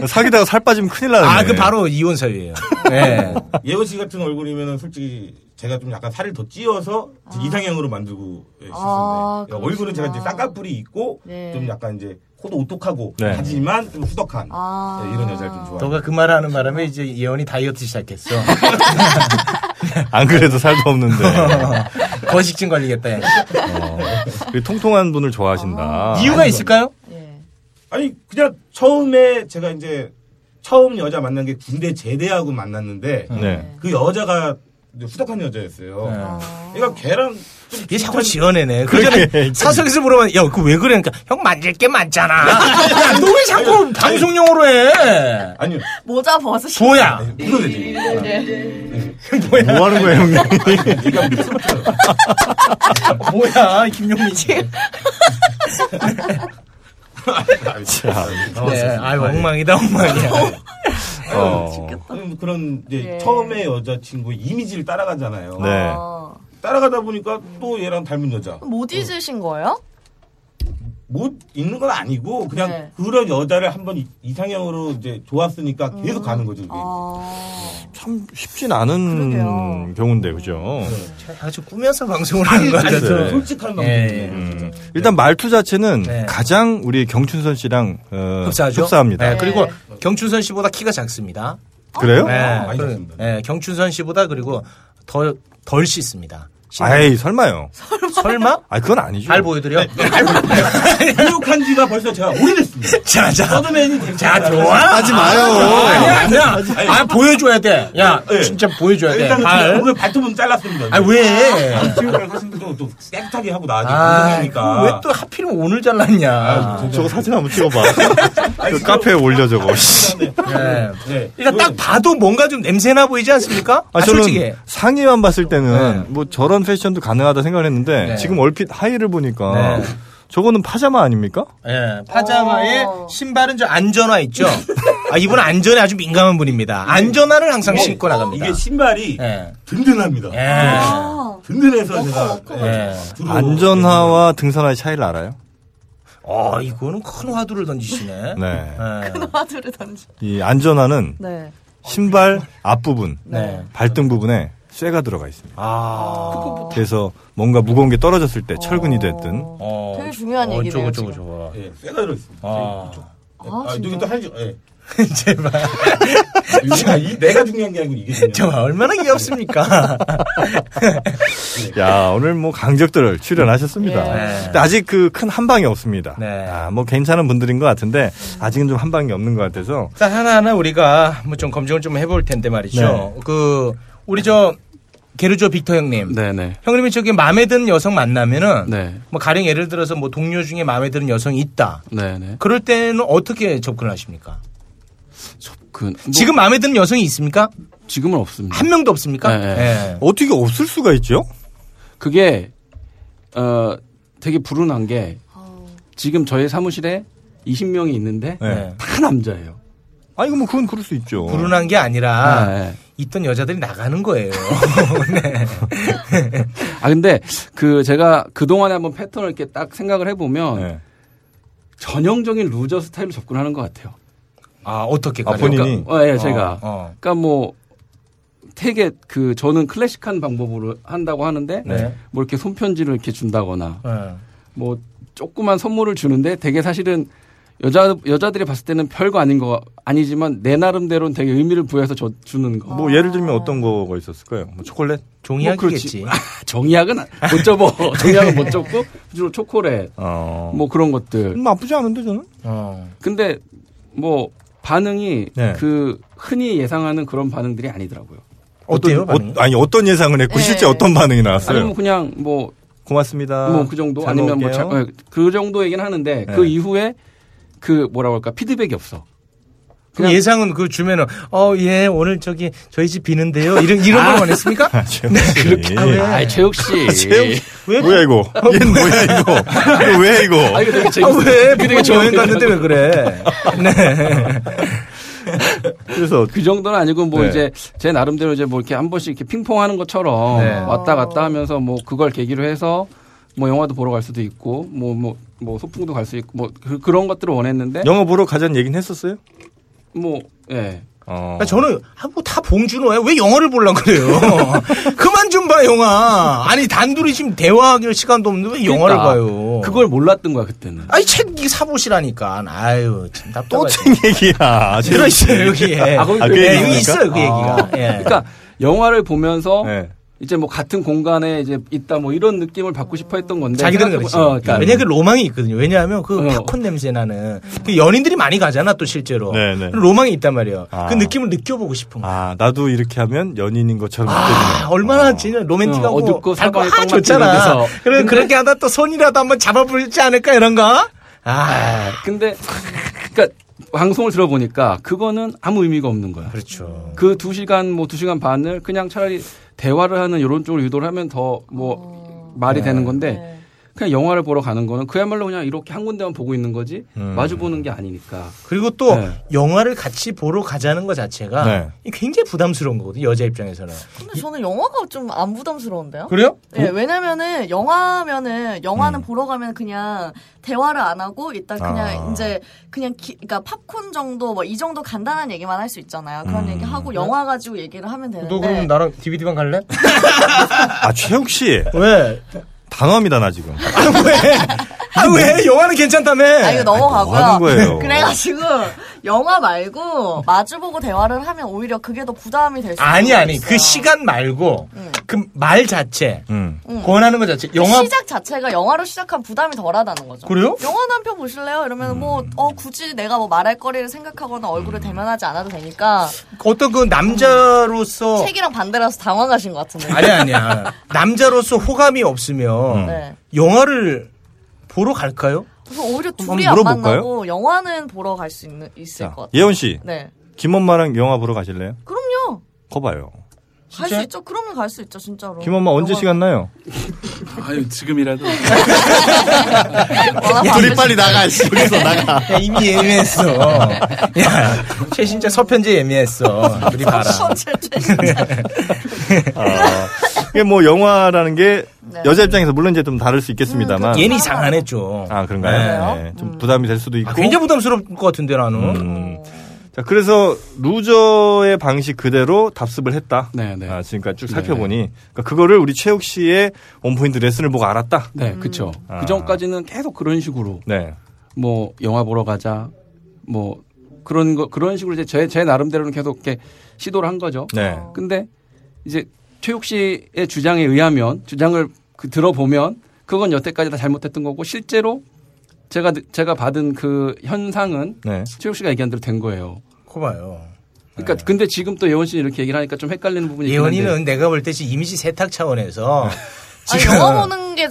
사귀다가 살 빠지면 큰일 나는데.
아,
네.
그 바로 이혼 사유예요. 네.
예원 씨 같은 얼굴이면 솔직히 제가 좀 약간 살을 더 찌어서 이제 이상형으로 만들고 싶습니다.
아, 그렇구나.
얼굴은 제가 이제 쌍꺼풀이 있고
네.
좀 약간 이제 코도 오똑하고
네. 그러니까
하지만 좀 후덕한
아.
네, 이런 여자를 좀 좋아해요.
너가 그 말을 하는 바람에 이제 예원이 다이어트 시작했어.
안 그래도 살도 없는데.
거식증 걸리겠다. 야.
어. 그리고 통통한 분을 좋아하신다.
이유가 있을까요?
예.
아니 그냥 처음에 제가 이제 처음 여자 만난 게 군대 제대하고 만났는데
네.
그 여자가 이제 후덕한 여자였어요.
아.
그러니까 걔랑 좀
이게 자꾸
비슷한-
지어내네. 그러니까 사석에서 물어보면 야, 그 왜 그래? 그러니까 형 만질 게 많잖아. 너 왜 자꾸 방송용으로 해?
아니요
모자 벗으시고
뭐야?
이거 되지.
네.
뭐 하는 거예요, 형님?
뭐야? 김용민 씨.
자,
네. 아유, 엉망이다, 엉망이야.
어.
음, 그런- 그런 이제
네.
처음에 여자 친구의 이미지를 따라가잖아요.
네.
어.
따라가다 보니까 또 얘랑 닮은 여자.
못
어.
잊으신 거예요?
못 있는 건 아니고 그냥
네.
그런 여자를 한번 이- 이상형으로 이제 좋았으니까 계속 가는 거죠. 그게.
음. 아.
참 쉽진 않은
그러게요.
경우인데, 그죠?
네. 아주 꾸며서 방송을 하는 것
아니,
같아서.
좀 솔직한 방법.
예,
네.
예.
음. 일단 말투 자체는
네.
가장 우리 경춘선 씨랑 어,
흡사하죠?
흡사합니다.
네, 그리고 경춘선 씨보다 키가 작습니다.
그래요?
네,
많이
그-
작습니다.
네, 경춘선 씨보다 그리고 덜, 덜 씻습니다.
아이 설마요.
설마?
아 그건 아니죠.
발 보여드려?
교육한 지가 벌써 제가 오래됐습니다.
자, 자.
서드맨이 되게
자, 좋아. 하지 마요. 아니야, 아니야. 아, 보여줘야 돼. 야,
예.
진짜 네. 보여줘야 돼.
일단은
발.
그냥 오늘 발톱은 잘랐습니다.
예? 아, 왜?
치유를 하신 분도 또 깨끗하게 하고
아,
나와야 돼.
왜 또 하필이면 오늘 잘랐냐.
저거 사진 한번 찍어봐. 그 카페에 올려 저거. 씨.
네.
네.
일단 딱 봐도 뭔가 좀 냄새나 보이지 않습니까?
아,
아,
저는
솔직히.
상의만 봤을
네.
때는 뭐 저런 패션도 가능하다 생각을 했는데
네.
지금 얼핏 하의를 보니까
네.
저거는 파자마 아닙니까?
예, 파자마에
어.
신발은 저 안전화 있죠. 아, 이분 안전에 아주 민감한 분입니다. 안전화를 항상 신고 나갑니다.
어, 이게 신발이
예.
든든합니다.
예.
아.
든든해서 제가
어.
예.
주로
안전화와 등산화의 차이를 알아요?
아, 이거는 큰 화두를 던지시네.
네.
예.
화두를 던지.
이 안전화는
네.
신발 앞부분,
네.
발등 부분에 쇠가 들어가 있습니다.
아.
그래서 뭔가 무거운 게 떨어졌을 때 철근이 됐든
어.
되게 중요한
어,
얘기네요,
저거, 저거,
지금.
저거.
예, 쇠가 들어있습니다.
아.
아,
아, 여기
진짜.
또 한, 예.
제발.
이거 이- 내가 중요한 게 아니고 이게
저
중요해요.
얼마나 귀엽습니까? 네.
야 오늘 뭐 강적들 출연하셨습니다.
예.
근데 아직 그 큰 한방이 없습니다.
네.
아, 뭐 괜찮은 분들인 것 같은데 아직은 좀 한방이 없는 것 같아서
자, 하나하나 우리가 뭐 좀 검증을 좀 해볼 텐데 말이죠.
네.
그, 우리 저, 게르조 빅터 형님.
네네.
형님이 저기 마음에 드는 여성 만나면은
네.
뭐 가령 예를 들어서 뭐 동료 중에 마음에 드는 여성이 있다.
네네.
그럴 때는 어떻게 접근을 하십니까?
그, 뭐,
지금 마음에 드는 여성이 있습니까?
지금은 없습니다.
한 명도 없습니까?
네,
예.
어떻게 없을 수가 있죠?
그게 어 되게 불운한 게 지금 저희 사무실에 20명이 있는데
네.
네.
다 남자예요.
아 이거 뭐 그건 그럴 수 있죠.
불운한 게 아니라
네.
있던 여자들이 나가는 거예요. 네.
아 근데 그 제가 그 동안에 한번 패턴을 이렇게 딱 생각을 해보면
네.
전형적인 루저 스타일로 접근하는 것 같아요.
아 어떻게
아,
가려?
본인이?
그러니까, 어, 예, 제가.
어,
그러니까 뭐 되게 그 저는 클래식한 방법으로 한다고 하는데
네.
뭐 이렇게 손편지를 이렇게 준다거나
어. 예.
뭐 조그만 선물을 주는데 되게 사실은 여자 여자들이 봤을 때는 별거 아닌 거 아니지만 내 나름대로는 되게 의미를 부여해서 줘- 주는 거.
뭐 예를 들면 어떤 거가 있었을까요? 뭐 초콜릿?
종이학이겠지.
정약은 안- 못
네.
접어. 정약은 못 접고 주로 초콜릿
어.
뭐 그런 것들.
뭐 나쁘지 않은데 저는.
어.
근데 뭐 반응이
네.
그 흔히 예상하는 그런 반응들이 아니더라고요.
어때요?
어떤-
반응이?
어, 아니 어떤 예상을 했고
네.
실제 어떤 반응이 나왔어요?
아니면 그냥 뭐
고맙습니다.
뭐 그 정도
잘
아니면
먹을게요.
뭐 그 정도 얘기는 하는데 그
네.
이후에 그 뭐라고 할까 피드백이 없어.
그럼 예상은 그 주면은 어 예 오늘 저기 저희 집 비는데요 이런 이런 걸 원했습니까?
최욱 씨.
아, 최욱 씨.
예. 최욱 씨. 뭐야 이거? 얘는 뭐야 이거? 이거 왜 이거?
아, 이거 되게
아,
재밌어.
왜 비대가 여행 갔는데 왜 그래? 네.
그래서
그 정도는 아니고 뭐
네.
이제 제 나름대로 이제 뭐 이렇게 한 번씩 이렇게 핑퐁하는 것처럼
네.
왔다 갔다 하면서 뭐 그걸 계기로 해서 뭐 영화도 보러 갈 수도 있고 뭐 뭐 뭐 소풍도 갈 수 있고 뭐 그, 런 것들을 원했는데
영화 보러 가자는 얘기는 했었어요?
뭐 예.
어.
아, 저는 아, 뭐다 봉준호야. 왜 영화를 보려고 그래요? 그만 좀 봐 영화. 아니 단둘이 지금 대화하기로 시간도 없는데 왜 영화를
그러니까
봐요?
그걸 몰랐던 거야 그때는.
아니 책이 사보시라니까. 아유 참 답답하지.
또챙 얘기야.
들어 있어요 여기에.
거기
아,
예,
그 얘기
여기
있습니까?
있어요 그 얘기가. 예.
그러니까 영화를 보면서
네.
이제 뭐 같은 공간에 이제 있다 뭐 이런 느낌을 받고 싶어 했던 건데
자기들은
생각해보-
그렇지.
어, 그러니까
왜냐 그 로망이 있거든요. 왜냐하면 그
어.
팝콘 냄새 나는 그 연인들이 많이 가잖아 또 실제로.
네, 네.
로망이 있단 말이에요.
아.
그 느낌을 느껴보고 싶은 거. 아,
아 나도 이렇게 하면 연인인 것처럼 느껴지네.
얼마나
어.
진짜 로맨틱하고
어,
달고
어둡고 사방에
아
똥만
좋잖아.
튀는 데서.
그래 그렇게 하다 또 손이라도 한번 잡아보지 않을까 이런가? 아
근데 그러니까 방송을 들어보니까 그거는 아무 의미가 없는 거야.
그렇죠.
그 두 시간 뭐 두 시간 반을 그냥 차라리 대화를 하는 이런 쪽으로 유도를 하면 더 뭐 말이 되는 건데 그냥 영화를 보러 가는 거는 그야말로 그냥 이렇게 한 군데만 보고 있는 거지
음.
마주 보는 게 아니니까
그리고 또
네.
영화를 같이 보러 가자는 것 자체가
네.
굉장히 부담스러운 거거든요 여자 입장에서는.
근데 저는 영화가 좀 안 부담스러운데요?
그래요?
예, 왜냐면은 영화면은 영화는
음.
보러 가면 그냥 대화를 안 하고 일단 그냥
아.
이제 그냥 기, 그러니까 팝콘 정도 뭐 이 정도 간단한 얘기만 할 수 있잖아요. 그런
음.
얘기 하고 영화 가지고 얘기를 하면 되는데.
네? 너 그럼 나랑 DVD방 갈래?
아 최욱 씨
왜?
단호합니다 나 지금.
아 왜? 아 왜? 영화는 괜찮다며.
아 이거 넘어가고요.
뭐
하는 거예요?
그래가지고 영화 말고 마주보고 대화를 하면 오히려 그게 더 부담이 될 수.
아니
있어요.
아니 그 시간 말고 그 말 자체
음.
권하는 것 자체
그
영화
시작 자체가 영화로 시작한 부담이 덜하다는 거죠.
그래요? 음.
영화 한 편 보실래요? 이러면 뭐 어, 굳이 내가 뭐 말할 거리를 생각하거나 얼굴을 대면하지 않아도 되니까
어떤 그 남자로서
책이랑 반대라서 당황하신 것 같은데.
어. 아니야 아니야 남자로서 호감이 없으면
네.
영화를 보러 갈까요?
그래서 오히려
한번
둘이 안
물어볼까요?
만나고 영화는 보러 갈 수 있는 있을
자,
것 같아요.
예원 씨
네.
김엄마랑 영화 보러 가실래요?
그럼요.
거봐요.
갈 수 있죠. 그러면 갈 수 있죠, 진짜로.
김엄마 언제
영화-
시간 나요?
아유 지금이라도
네.
와,
둘이 빨리 나가. 여기서 나가.
야 이미 예매했어. 야 최신자 서편제 예매했어. 우리 봐라.
어쨌든.
아, 이게 뭐 영화라는 게
네.
여자 입장에서 물론 이제 좀 다를 수 있겠습니다만.
얘는 이상하네 좀.
아 그런가요? 네, 좀 부담이 될 수도 있고.
아, 굉장히 부담스러울 것 같은데 나는.
음. 자 그래서 루저의 방식 그대로 답습을 했다.
네, 네.
아, 지금까지 쭉 살펴보니 그거를 우리 최욱 씨의 원포인트 레슨을 보고 알았다.
네 그쵸
아.
그 전까지는 계속 그런 식으로
네.
뭐 영화 보러 가자 뭐 그런 거 그런 식으로 이제 제, 제 나름대로는 계속 이렇게 시도를 한 거죠.
네.
근데 이제 최욱 씨의 주장에 의하면 주장을 그 들어보면 그건 여태까지 다 잘못했던 거고 실제로 제가 느- 제가 받은 그 현상은
네.
최욱 씨가 얘기한 대로 된 거예요.
그 봐요.
그러니까 근데 지금 또 예원 씨 이렇게 얘기를 하니까 좀 헷갈리는 부분이 있긴 한데
네. 예원이는 내가 볼 때 이미지 세탁 차원에서
아니, 영화 보는 게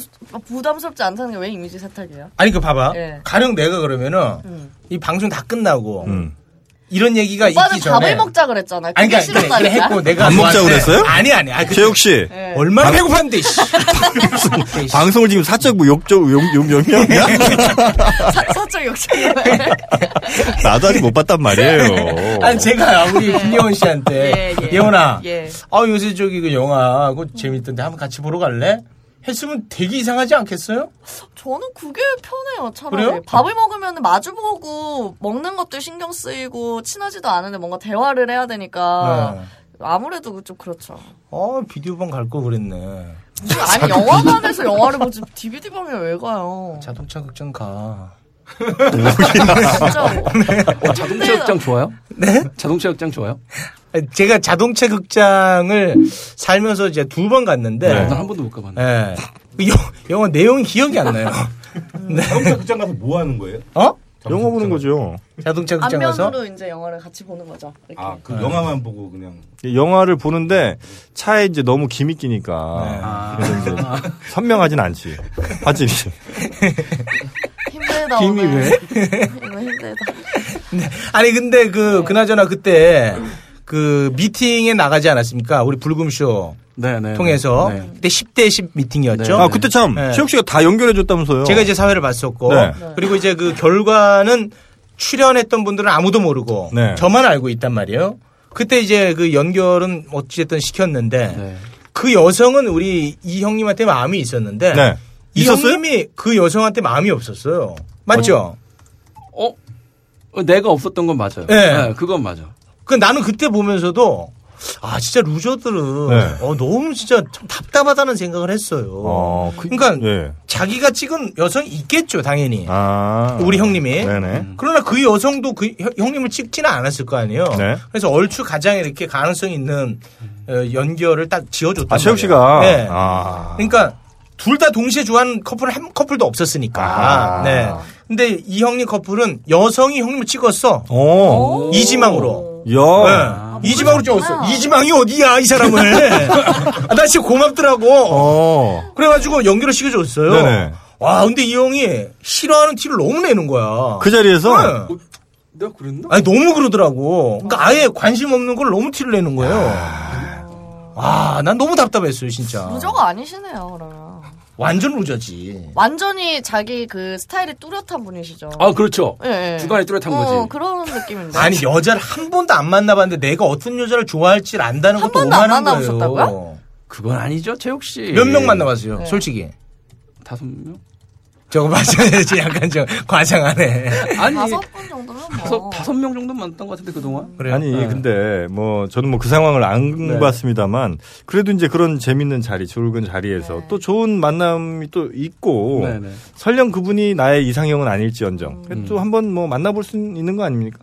부담스럽지 않다는 게 왜 이미지 세탁이에요?
아니 그 봐봐.
예.
가령 내가 그러면은 이 방송 다 끝나고
음.
이런 얘기가
오빠는
있기 전에
밥을 먹자 그랬잖아. 그게
아니 그러니까 그래, 그래
싫었다니까.
했고 내가
안 먹자고
너한테-
그랬어요?
아니 아니. 아니 그-
최욱 씨
예.
얼마나 배고팠는데 씨.
방송을 지금 사적 뭐 욕적 욕명이야?
사- 사적 욕심.
나도 아직 못 봤단 말이에요.
어. 아니 제가 우리 김예원 씨한테
네. 예, 예.
예, 원아
예.
아 요새 저기 그 영화 그거 재밌던데 한번 같이 보러 갈래? 했으면 되게 이상하지 않겠어요?
저는 그게 편해요, 차라리.
그래요?
밥을 먹으면 마주보고 먹는 것도 신경 쓰이고 친하지도 않은데 뭔가 대화를 해야 되니까
네.
아무래도 좀 그렇죠.
어 비디오방 갈 거 그랬네.
무슨- 아니, 영화관에서 영화를 보지 DVD방에 왜 가요?
자동차 극장 가.
진짜로.
자동차 역장 좋아요? 네? 자동차 역장 좋아요?
제가 자동차 극장을 살면서 이제 두 번 갔는데
난 한 번도 못 가봤네.
예. 그 영, 영화 내용 기억이 안 나요. 네.
자동차 극장 가서 뭐 하는 거예요?
어?
영화 보는 거죠.
자동차 극장 가서
안면으로 이제 영화를 같이 보는 거죠. 이렇게.
아,
네.
그 영화만 보고 그냥.
영화를 보는데 차에 이제 너무 김이
아.
네.
끼니까 그래서 이제 선명하진 않지 화질이
힘들다.
김이
오늘.
왜?
이거 힘들다.
아니 근데 그
네.
그나저나 그때
음.
그 미팅에 나가지 않았습니까? 우리 불금쇼 통해서
네.
그때 10대 10 미팅이었죠.
네, 아, 그때
참
네.
최욱 씨가 다 연결해줬다면서요.
제가 이제 사회를 봤었고
네.
그리고 이제 그 결과는 출연했던 분들은 아무도 모르고
네.
저만 알고 있단 말이에요. 그때 이제 그 연결은 어찌됐든 시켰는데
네.
네.
그 여성은 우리 이 형님한테 마음이 있었는데
네.
이
있었어요?
형님이 그 여성한테 마음이 없었어요. 맞죠?
어? 어, 내가 없었던 건 맞아요. 예,
네.
그건 맞아.
그 나는 그때 보면서도 아 진짜 루저들은
네.
어, 너무 진짜 참 답답하다는 생각을 했어요.
어, 그,
그러니까
예.
자기가 찍은 여성 이 있겠죠 당연히.
아.
우리 형님이.
네네.
그러나 그 여성도 그 형- 형님을 찍지는 않았을 거 아니에요.
네.
그래서 얼추 가장 이렇게 가능성 있는 어, 연결을 딱 지어줬다.
아, 최욱 씨가.
네.
아.
그러니까 둘 다 동시에 좋아하는 커플 한 커플도 없었으니까.
아.
네. 근데 이 형님 커플은 여성이 형님을 찍었어.
오.
이지망으로.
야. 아,
네. 이지망으로 찍었어. 이지망이 어디야 이 사람을. 아, 나 진짜 고맙더라고.
어.
그래가지고 연결을 시켜줬어요.
네네.
와 근데 이 형이 싫어하는 티를 너무 내는 거야.
그 자리에서?
네.
내가 그랬나?
아니 너무 그러더라고. 그러니까 아예 관심 없는 걸 너무 티를 내는 거예요. 아, 난 너무 답답했어요, 진짜.
루저가 아니시네요, 그러면.
완전 루저지.
완전히 자기 그 스타일이 뚜렷한 분이시죠.
아, 그렇죠.
예, 예.
주관이 뚜렷한
어,
거지.
그런 느낌인데.
아니 여자를 한 번도 안 만나봤는데 내가 어떤 여자를 좋아할지 안다는
한
것도
번도 안
오만한 거예요.
만나보셨다고요?
그건 아니죠, 최욱 씨.
몇
예.
명 만나봤어요,
네.
솔직히.
다섯 명?
저거 맞아야지 약간 좀 과장하네.
아니,
다섯 분 정도면
다섯,
뭐.
다섯 명 정도 만났던 것 같은데, 그동안?
그래요.
아니
네.
근데 뭐 저는 뭐 그 상황을 안
네.
봤습니다만 그래도 이제 그런 재밌는 자리 붉은 자리에서 또 좋은 만남이 또 있고
뭐
네, 네.
설령 그분이 나의 이상형은 아닐지언정
음.
또 한번 뭐 만나볼 수 있는 거 아닙니까?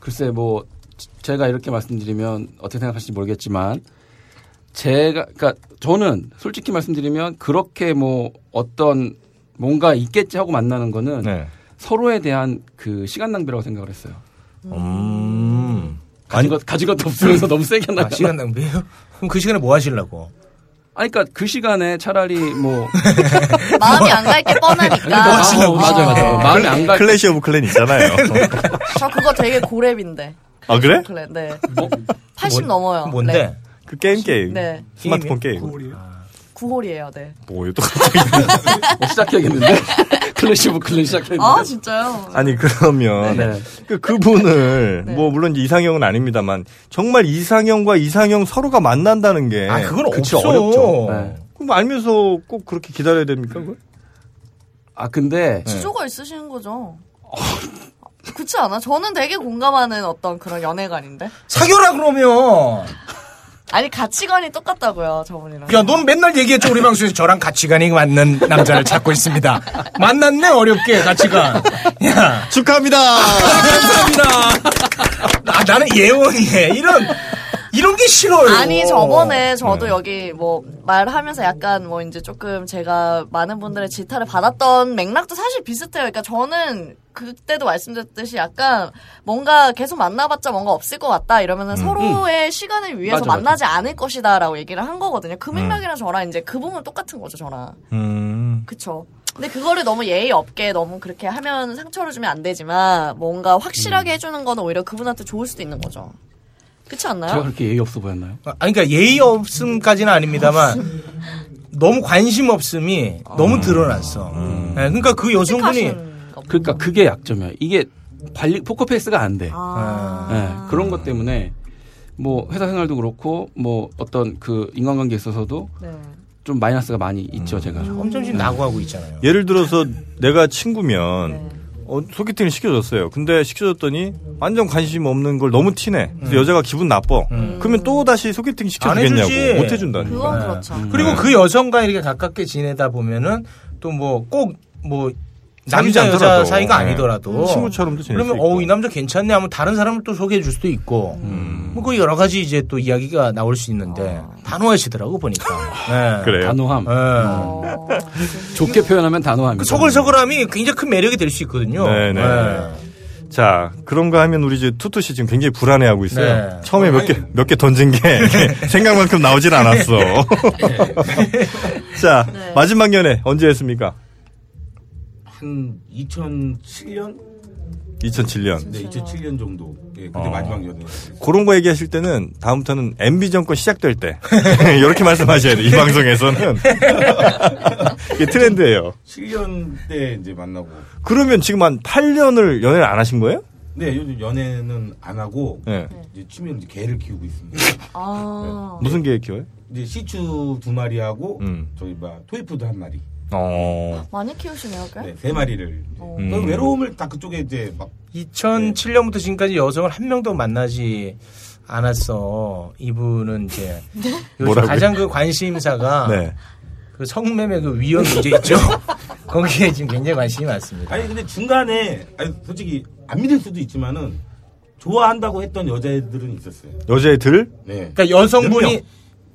글쎄 뭐 지- 제가 이렇게 말씀드리면 어떻게 생각하실지 모르겠지만 제가 그러니까 저는 솔직히 말씀드리면 그렇게 뭐 어떤 뭔가 있겠지 하고 만나는 거는
네.
서로에 대한 그 시간 낭비라고 생각을 했어요.
음.
가진 것 가진 것도 없으면서 너무 세게 하나.
아, 시간 낭비예요? 그럼 그 시간에 뭐 하시려고?
아니 그러니까 그 시간에 차라리 뭐
마음이 안 갈 게 뻔하니까.
아, 맞아 맞아 마음이 안갈
클래시 오브 클랜 있잖아요.
저 그거 되게 고랩인데.
아 그래?
그래, 네.
뭐,
80
뭔-
넘어요.
뭔데?
그 게임 게임.
네.
스마트폰 게임.
구홀이에요, 네.
뭐요 또 갑자기.
뭐 시작해야겠는데 클래시 오브 클래시 시작했는데
아, 진짜요?
아니 그러면
네.
그 그분을
네.
뭐 물론 이제 이상형은 아닙니다만 정말 이상형과 이상형 서로가 만난다는
네.
게
아, 그건
네. 그쵸,
없어.
어렵죠.
네.
그럼 알면서 꼭 그렇게 기다려야 됩니까? 그걸?
아 근데
네.
지조가 있으신 거죠. 그렇지 않아? 저는 되게 공감하는 어떤 그런 연애관인데.
사겨라 그러면.
아니 가치관이 똑같다고요, 저분이랑.
야, 넌 맨날 얘기했죠. 우리 방송에서 저랑 가치관이 맞는 남자를 찾고 있습니다. 만났네, 어렵게, 가치관. 야, 아,
축하합니다.
감사합니다. 아, 나는 예원이에. 이런, 이런 게 싫어요.
아니 저번에 저도
네.
여기 뭐 말하면서 약간 뭐 이제 조금 제가 많은 분들의 질타를 받았던 맥락도 사실 비슷해요. 그러니까 저는 그때도 말씀드렸듯이 약간 뭔가 계속 만나봤자 뭔가 없을 것 같다 이러면은 서로의 시간을 위해서
음. 맞아, 음. 맞아.
만나지 않을 것이다라고 얘기를 한 거거든요. 그 맥락이랑 저랑 이제 그 부분 은 똑같은 거죠, 저랑.
음.
그쵸. 근데 그거를 너무 예의 없게 너무 그렇게 하면 상처를 주면 안 되지만 뭔가
음.
확실하게 해주는 건 오히려 그분한테 좋을 수도 있는 거죠. 그렇지
제가
않나요?
그렇게 예의 없어 보였나요?
아니, 그러니까 예의 없음까지는 아닙니다만, 너무 관심 없음이
아.
너무 드러났어.
음.
네, 그러니까 그 여성분이,
하시는 거.
그러니까 그게 약점이야. 이게 관리 포커페이스가 안 돼.
아.
예, 그런 것 때문에 뭐 회사 생활도 그렇고 뭐 어떤 그 인간관계에 있어서도
네. 음.
좀 마이너스가 많이 있죠 제가.
엄청씩 낙오하고 있잖아요.
예를 들어서 내가 친구면
네.
어, 소개팅을 시켜줬어요. 근데 시켜줬더니 완전 관심 없는 걸 너무 티내. 그래서 여자가 기분 나빠. 그러면 또 다시 소개팅
음. 안 해주지.
시켜주겠냐고 못 해준다니까.
그건 그렇죠.
그리고
네.
그 여성과 이렇게 가깝게 지내다 보면은, 또 뭐, 꼭, 뭐,
사귀지
남자 여자
않더라도.
사이가
네.
아니더라도
친구처럼도 지낼 수
그러면
있고.
어이 남자 괜찮네 하면 다른 사람을 또 소개해 줄 수도 있고
음.
뭐그 여러 가지 이제 또 이야기가 나올 수 있는데 단호하시더라고 보니까 네.
아. 그래요. 음.
단호함.
네.
어,
좋게 표현하면 단호함이죠.
그 서글서글함이 굉장히 큰 매력이 될 수 있거든요.
네, 네. 자, 그런가 하면 우리 이제 투투 씨 지금 굉장히 불안해하고 있어요.
네.
처음에 몇 개, 몇 개 던진 게 생각만큼 나오질 않았어. 자, 마지막 연애 언제 했습니까?
한 2007년?
2007년.
네, 2007년 정도. 예, 그때
그렇죠. 어.
마지막 연애였어요.
그런 거 얘기하실 때는 다음부터는 MB 정권 시작될 때 이렇게 말씀하셔야 돼. 이 방송에서는 이게 트렌드예요.
7년 때 이제 만나고.
그러면 지금 한 8년을 연애를 안 하신 거예요?
네, 요즘 연애는 안 하고
예.
네.
이제 취미로 이제 개를 키우고 있습니다.
아.
무슨 계획 키워요?
이제 시추 두 마리하고
음.
저희 막 토이푸드 한 마리.
어.
많이 키우시네요, 꽤.
네, 세 마리를. 이제.
어.
음.
그 외로움을 다 그쪽에 이제 막
2007년부터 지금까지 여성을 한 명도 만나지 않았어. 이분은 이제 요즘
뭐라고요?
가장 그 관심사가
네.
그 성매매 그 위험 문제 있죠. 거기에 지금 굉장히 관심이 많습니다.
아니 근데 중간에 아니 솔직히 안 믿을 수도 있지만은 좋아한다고 했던 여자애들은 있었어요.
여자애들
네.
그러니까 여성분이
몇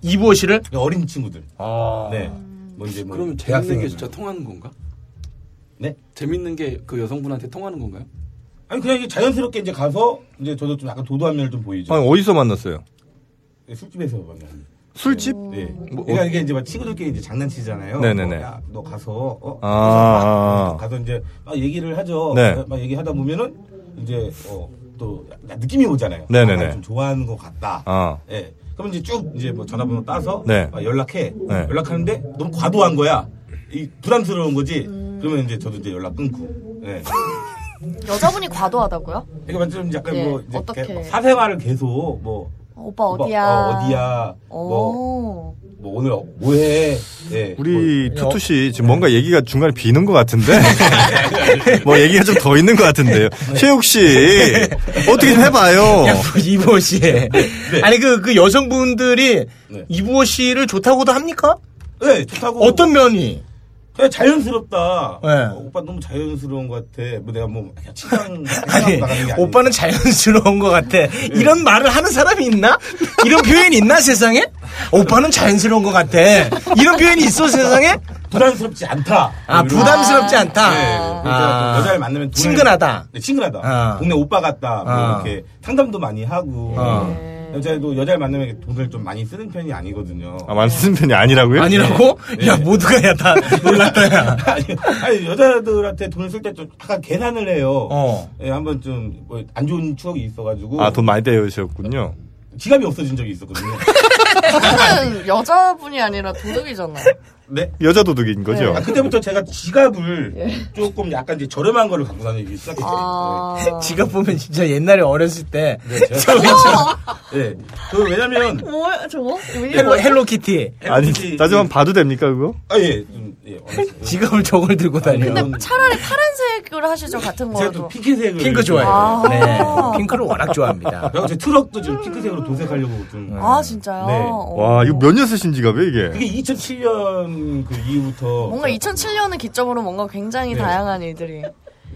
이보호 씨를
어린 친구들.
아.
네. 뭐 이제 뭐
그러면 재밌는 게
대학생이나.
진짜 통하는 건가?
네?
재밌는 게 그 여성분한테 통하는 건가요?
아니 그냥 이게 자연스럽게 이제 가서 이제 저도 좀 약간 도도한 면을 좀 보이죠.
아니, 어디서 만났어요?
네, 술집에서 만나는.
술집?
네.
뭐,
그러니까
어-
이게 이제 막 친구들끼리 이제 장난치잖아요.
네네네.
어, 야, 너 가서 어?
아,
가서
아.
막 가서 이제 막 얘기를 하죠.
네.
막 얘기하다 보면은 이제 어 또 느낌이 오잖아요.
네네네.
아, 나좀 좋아하는 것 같다.
아.
예. 그럼 이제 쭉 이제 뭐 전화번호 따서
네.
막 연락해. 연락하는데 너무 과도한 거야. 이 부담스러운 거지.
음.
그러면 이제 저도 이제 연락 끊고. 예.
여자분이 과도하다고요?
그러니까 완전 좀 약간
예,
뭐 이제
어떻게.
개- 사생활을 계속 뭐
오빠
오빠,
어디야?
어, 어디야? 뭐,
오.
뭐 오늘 어- 뭐해? 예.
우리 투투 씨 지금 뭔가 얘기가 중간에 비는 것 같은데 뭐 얘기가 좀 더 있는 것 같은데요. 최욱 씨 어떻게 좀 해봐요.
이보호 씨의
네.
아니 그 그 여성분들이
네.
이보호 씨를 좋다고도 합니까?
뭐, 예, 좋다고.
어떤 면이?
그냥 자연스럽다.
네.
어, 오빠 너무 자연스러운 것 같아. 뭐 내가 뭐 그냥 치장
아니,
나가는 게 예. 아니고.
오빠는 자연스러운 것 같아. 이런 말을 하는 사람이 있나? 이런 표현이 있나, 세상에? 오빠는 자연스러운 것 같아. 이런 표현이 있어, 세상에?
부담스럽지 않다.
아,
뭐 이런-
부담스럽지 않다.
네, 그러니까
아.
또 여자를 만나면 동네-
친근하다.
네, 친근하다.
아.
동네 오빠 같다. 뭐
아.
이렇게 상담도 많이 하고.
아.
여자도 여자를 만나면 이렇게 돈을 좀 많이 쓰는 편이 아니거든요.
아, 말 쓰는 편이 아니라고요?
아니라고?
네.
야, 모두가 야, 다 놀랐다, 야.
아니, 아니, 여자들한테 돈을 쓸 때 좀 약간 계산을 해요.
어.
예, 한번 좀 뭐 안 좋은 추억이 있어가지고
아 돈 많이 대여셨군요.
지갑이 없어진 적이 있었거든요.
저는 여자분이 아니라 도둑이잖아요.
네.
여자 도둑인 거죠.
아, 그때부터 제가 지갑을 조금 약간 이제 저렴한 거를 갖고 다니기 시작했어요.
아.
지갑 보면 진짜 옛날에 어렸을 때.
네. 네, 제가- 네. 그 왜냐면
뭐야, 저거?
헬로, 헬로키티.
아니
LG
따지면 봐도 됩니까 그거?
아 예, 좀, 예. 알았어요.
지갑을 저걸 들고 다녀.
근데
차라리 뭐 파란색으로 하시죠, 같은
제가 또
거라도.
핑크색을
핑크 좋아해요.
아.
네. 핑크를 워낙 좋아합니다.
그리고 제 트럭도 지금 핑크색으로 도색하려고 좀.
아, 진짜요?
네.
어.
와 이거 뭐- 몇 년 쓰신 지갑이에요 이게?
그게 2007년 그 이후부터
뭔가 2007년을 기점으로 뭔가 굉장히
네.
다양한 일들이.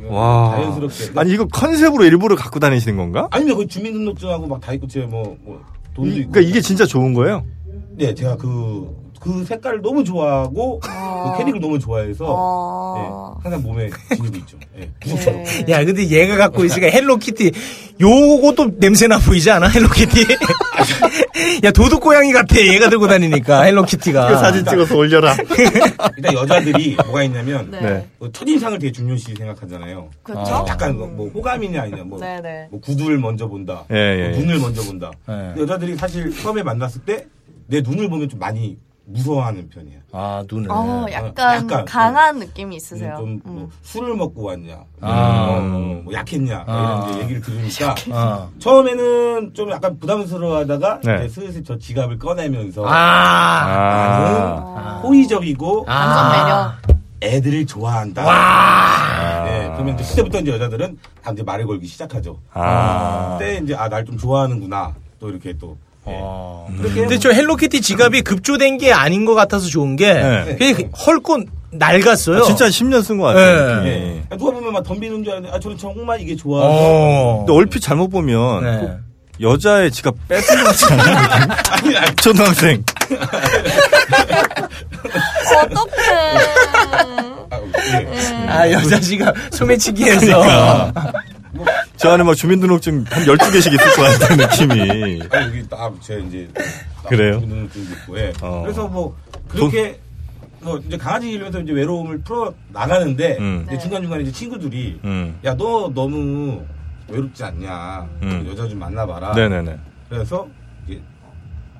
와
자연스럽게.
아니 이거 컨셉으로 일부러 갖고 다니시는 건가?
아니면 그 주민등록증하고 막 다 있고 제뭐 뭐 돈도
이-
있고.
그러니까 이게 진짜 좋은 거예요?
네, 제가 그, 그 색깔을 너무 좋아하고,
아.
그 캐릭을 너무 좋아해서,
어.
네, 항상 몸에 지니고 있죠. 네.
네.
야, 근데 얘가 갖고 있으니까 헬로키티. 요것도 냄새나 보이지 않아? 헬로키티? 야, 도둑 고양이 같아. 얘가 들고 다니니까. 헬로키티가.
이거 그 사진 찍어서 올려라.
일단 여자들이 뭐가 있냐면,
네.
네.
그 첫인상을 되게 중요시 생각하잖아요.
그렇죠?
약간 뭐, 뭐 호감이냐 아니냐, 뭐,
네네.
뭐 구두를 먼저 본다,
예, 예,
뭐
예.
눈을 먼저 본다.
예.
근데 여자들이 사실 처음에 만났을 때 내 눈을 보면 좀 많이 무서워하는 편이에요.
아, 눈을.
어, 약간,
약간.
강한 느낌이 있으세요.
좀,
음.
뭐 술을 먹고 왔냐,
아.
어, 뭐, 뭐 약했냐, 뭐
아.
이런 이제 얘기를 들으니까
어.
처음에는 좀 약간 부담스러워하다가
아. 네.
이제 슬슬 저 지갑을 꺼내면서
아.
아,
호의적이고
감정 매력.
애들을 좋아한다. 네, 그러면 이제 그때부터 이제 여자들은 다 이제 말을 걸기 시작하죠.
아.
그때 이제 아 날 좀 좋아하는구나. 또 이렇게 또. 예.
아.
어.
그렇게
근데 저 헬로키티 지갑이 급조된 게 아닌 것 같아서 좋은 게
네. 아,
그게 헐고 낡았어요.
진짜 10년 쓴 것 같아요.
예.
예.
예. 아, 누가 보면 막 덤비는 줄 알았는데 아 저는 정말 이게 좋아.
어.
근데 얼핏 잘못 보면
네.
꼭 여자의 지갑 뺏은 것 같지 않아요?
아니 아니
초등학생.
어떡해.
아, 예.
아, 여자 지갑 소매치기해서.
그러니까. 저 안에 막 주민등록증 한 12개씩 있을 것 같은 느낌이.
아니 여기 아, 딱제 이제 딱
그래요?
눈을 뜨고 있고, 예.
어.
그래서 뭐 그렇게 어, 이제 강아지 길면서 이제 외로움을 풀어 나가는데
음.
이제
네.
중간중간에 이제 친구들이
음.
야 너 너무 외롭지 않냐
음.
여자 좀 만나봐라
네네네.
그래서 이제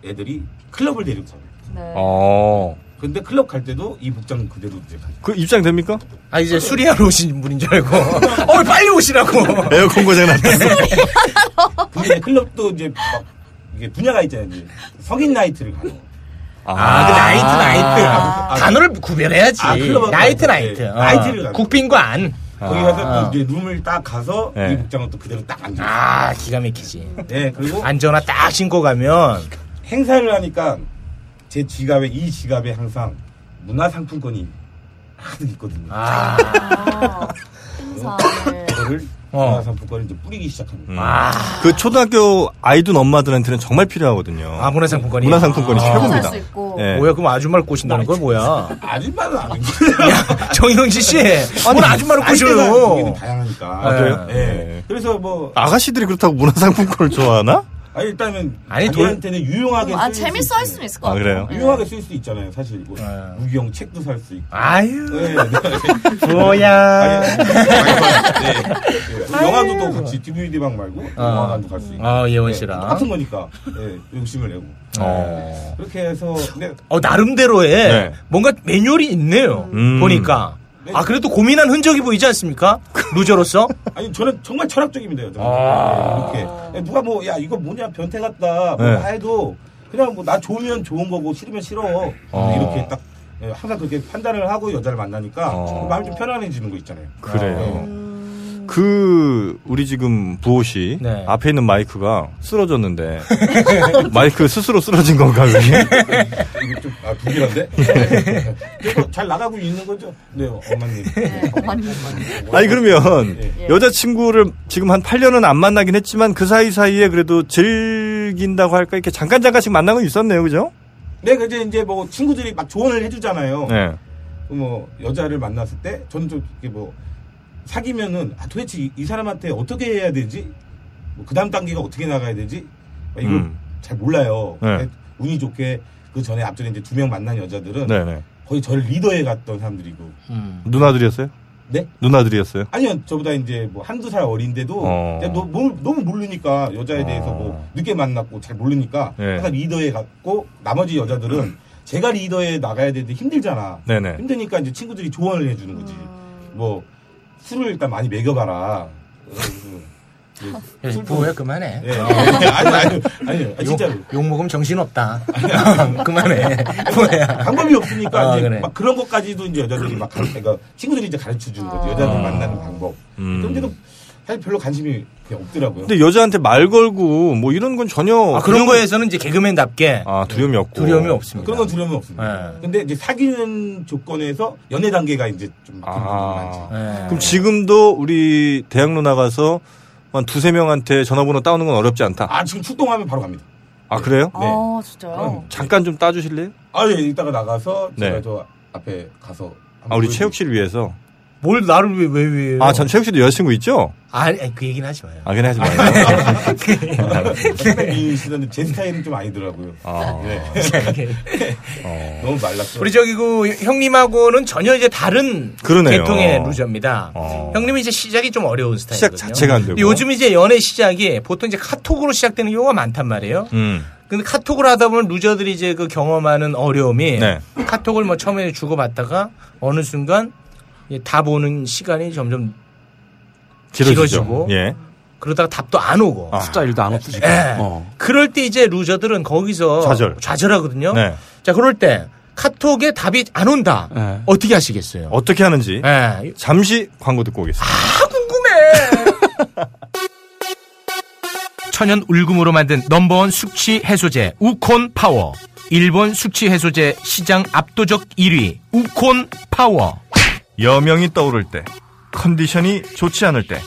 애들이 클럽을 데리고 가요
네.
어.
근데 클럽 갈 때도 이 복장 그대로 이제 가요
그 입장 됩니까?
아 이제 수리하러 오신 분인 줄 알고 어 빨리 오시라고
에어컨 고장 났어.
근데 이제 클럽도 이제 막 이게 분야가 있잖아요 이제 성인 나이트를 가요
아, 그 나이트 나이트
아,
단어를 구별해야지
아, 클럽하고
나이트
네,
나이트 어.
나이트를 가고.
국빈관
거기
아.
가서 또 이제 룸을 딱 가서
네.
이 복장을 또 그대로 딱 앉아 요
아 기가 막히지
네 그리고
안전화 딱 신고 가면
행사를 하니까 제 지갑에 이 지갑에 항상 문화상품권이 가득 있거든요.
아,
세상에.
그거를
어. 음.
문화상품권을 이제 뿌리기 시작합니다.
아.
그 초등학교 아이둔 엄마들한테는 정말 필요하거든요.
아 어, 문화상품권이
문화상품권이
아. 살
최고입니다.
수 있고.
네.
예.
뭐야 그럼 아줌마를 꼬신다는 건 뭐야
아줌마는 아닌데.
정영진 씨뭘 아줌마를
거기는
꼬셔요
다양하니까.
어. 아,
그래요?
예.
예.
그래서 뭐,
아가씨들이 그렇다고 문화상품권을 좋아하나?
아, 일단은.
아니, 돌-
돌한테는 유용하게.
아,
쓸수
재밌어 할 수는 있을 것
아,
같아요.
그래요?
예.
유용하게 쓸 수 있잖아요, 사실. 뭐,
아.
무기형 책도 살 수 있고. 예,
아유
네. 아니,
뭐야
네. 예. 영화도 또 같이 DVD방 말고 영화관도 갈 수 있고.
아 예원
예,
씨랑
똑같은 거니까 예, 욕심을 내고 네.
어.
그렇게 해서 근데
어 나름대로의
네.
뭔가 매뉴얼이 있네요
음.
보니까
네.
아 그래도 고민한 흔적이 보이지 않습니까 루저로서
아니 저는 정말 철학적입니다 여자 이렇게 예, 누가 뭐 야 이거 뭐냐 변태 같다 뭐
아. 네.
해도 그냥 뭐 나 좋으면 좋은 거고 싫으면 싫어
어.
이렇게 딱 예, 항상 그렇게 판단을 하고 여자를 만나니까
어.
마음이 좀 편안해지는 거 있잖아요
그래요. 그 우리 지금 부호 씨
네.
앞에 있는 마이크가 쓰러졌는데 마이크 스스로 쓰러진 건가 그게?
이거 좀 아, 불길한데
예.
그래서 잘 나가고 있는 거죠 네 엄마님
네, 엄마님.
아니 그러면
네.
예.
여자친구를 지금 한 8년은 안 만나긴 했지만 그 사이 사이에 그래도 즐긴다고 할까 이렇게 잠깐 잠깐씩 만난 건 있었네요, 그죠?
네 그제 이제 뭐 친구들이 막 조언을 해주잖아요
네.
뭐 여자를 만났을 때 저는 좀 이게 뭐 사귀면은 아, 도대체 이, 이 사람한테 어떻게 해야 되지? 뭐 그다음 단계가 어떻게 나가야 되지? 막 이걸
음.
잘 몰라요.
네.
근데 운이 좋게 그 전에 앞전에 이제 두 명 만난 여자들은
네, 네.
거의 저를 리더해 갔던 사람들이고.
음.
누나들이었어요?
네?
누나들이었어요?
아니요, 저보다 이제 뭐 한두 살 어린데도
어.
그냥 너, 무 너무 모르니까 여자에 대해서 뭐 늦게 만났고 잘 모르니까
예.
항상 리더해 갔고 나머지 여자들은 제가 리더에 나가야 되는데 힘들잖아.
네, 네.
음.
힘드니까 이제 친구들이 조언을 해주는 거지. 뭐 술을 일단 많이 먹여봐라.
뭐야 그만해
예, 예. 아니 아니 아니 아니, 진짜로
욕, 욕 먹으면 정신 없다. 그만해. 뭐야.
방법이 없으니까
아,
이제
그래.
막 그런 것까지도 이제 여자들이 막 가르쳐, 그러니까 친구들이 이제 가르쳐 주는 거지 여자들 만나는 방법.
아. 음.
그런데도 사실 별로 관심이 그냥 없더라고요.
근데 여자한테 말 걸고 뭐 이런 건 전혀
아, 그런 거에서는 이제 개그맨답게
아, 두려움이 없고
두려움이 없습니다.
그런 건 두려움은
네.
없습니다.
예.
근데 이제 사귀는 조건에서 연애 단계가 이제 좀 그런 부분이 많지.
아.
예.
그럼 지금도 우리 대학로 나가서 한 두세 명한테 전화번호 따오는 건 어렵지 않다.
아 지금 출동하면 바로 갑니다.
아, 그래요?
네.
아, 진짜요?
잠깐 좀 따주실래요?
아 예, 이따가 나가서 제가
네.
저 앞에 가서
아, 우리 체육 씨를 위해서.
뭘 나를 왜, 왜, 왜.
아, 전 체육 씨도 여자친구 있죠?
아니, 아니, 그 얘기는 하지 마요. 그
아, 그냥 하지 마요.
미인이시던데 제 스타일은 좀 아니더라고요.
아,
네.
어.
너무 말랐어.
우리 저기 그 형님하고는 전혀 이제 다른
그러네요.
계통의 루저입니다.
어.
형님은 이제 시작이 좀 어려운
시작
스타일이거든요.
자체가 안 되고.
요즘 이제 연애 시작이 보통 이제 카톡으로 시작되는 경우가 많단 말이에요.
음.
근데 카톡을 하다 보면 루저들이 이제 그 경험하는 어려움이
네.
카톡을 뭐 처음에 주고받다가 어느 순간 이다 보는 시간이 점점
길어지죠.
길어지고.
예.
그러다가 답도 안 오고
아.
숫자 일도 안 없어지고.
예.
어.
그럴 때 이제 루저들은 거기서
좌절.
하거든요
네.
자 그럴 때 카톡에 답이 안 온다.
예.
어떻게 하시겠어요?
어떻게 하는지
예.
잠시 광고 듣고 오겠습니다.
천연 울금으로 만든 넘버원 숙취 해소제 우콘 파워. 일본 숙취 해소제 시장 압도적 1위 우콘 파워.
여명이 떠오를 때, 컨디션이 좋지 않을 때,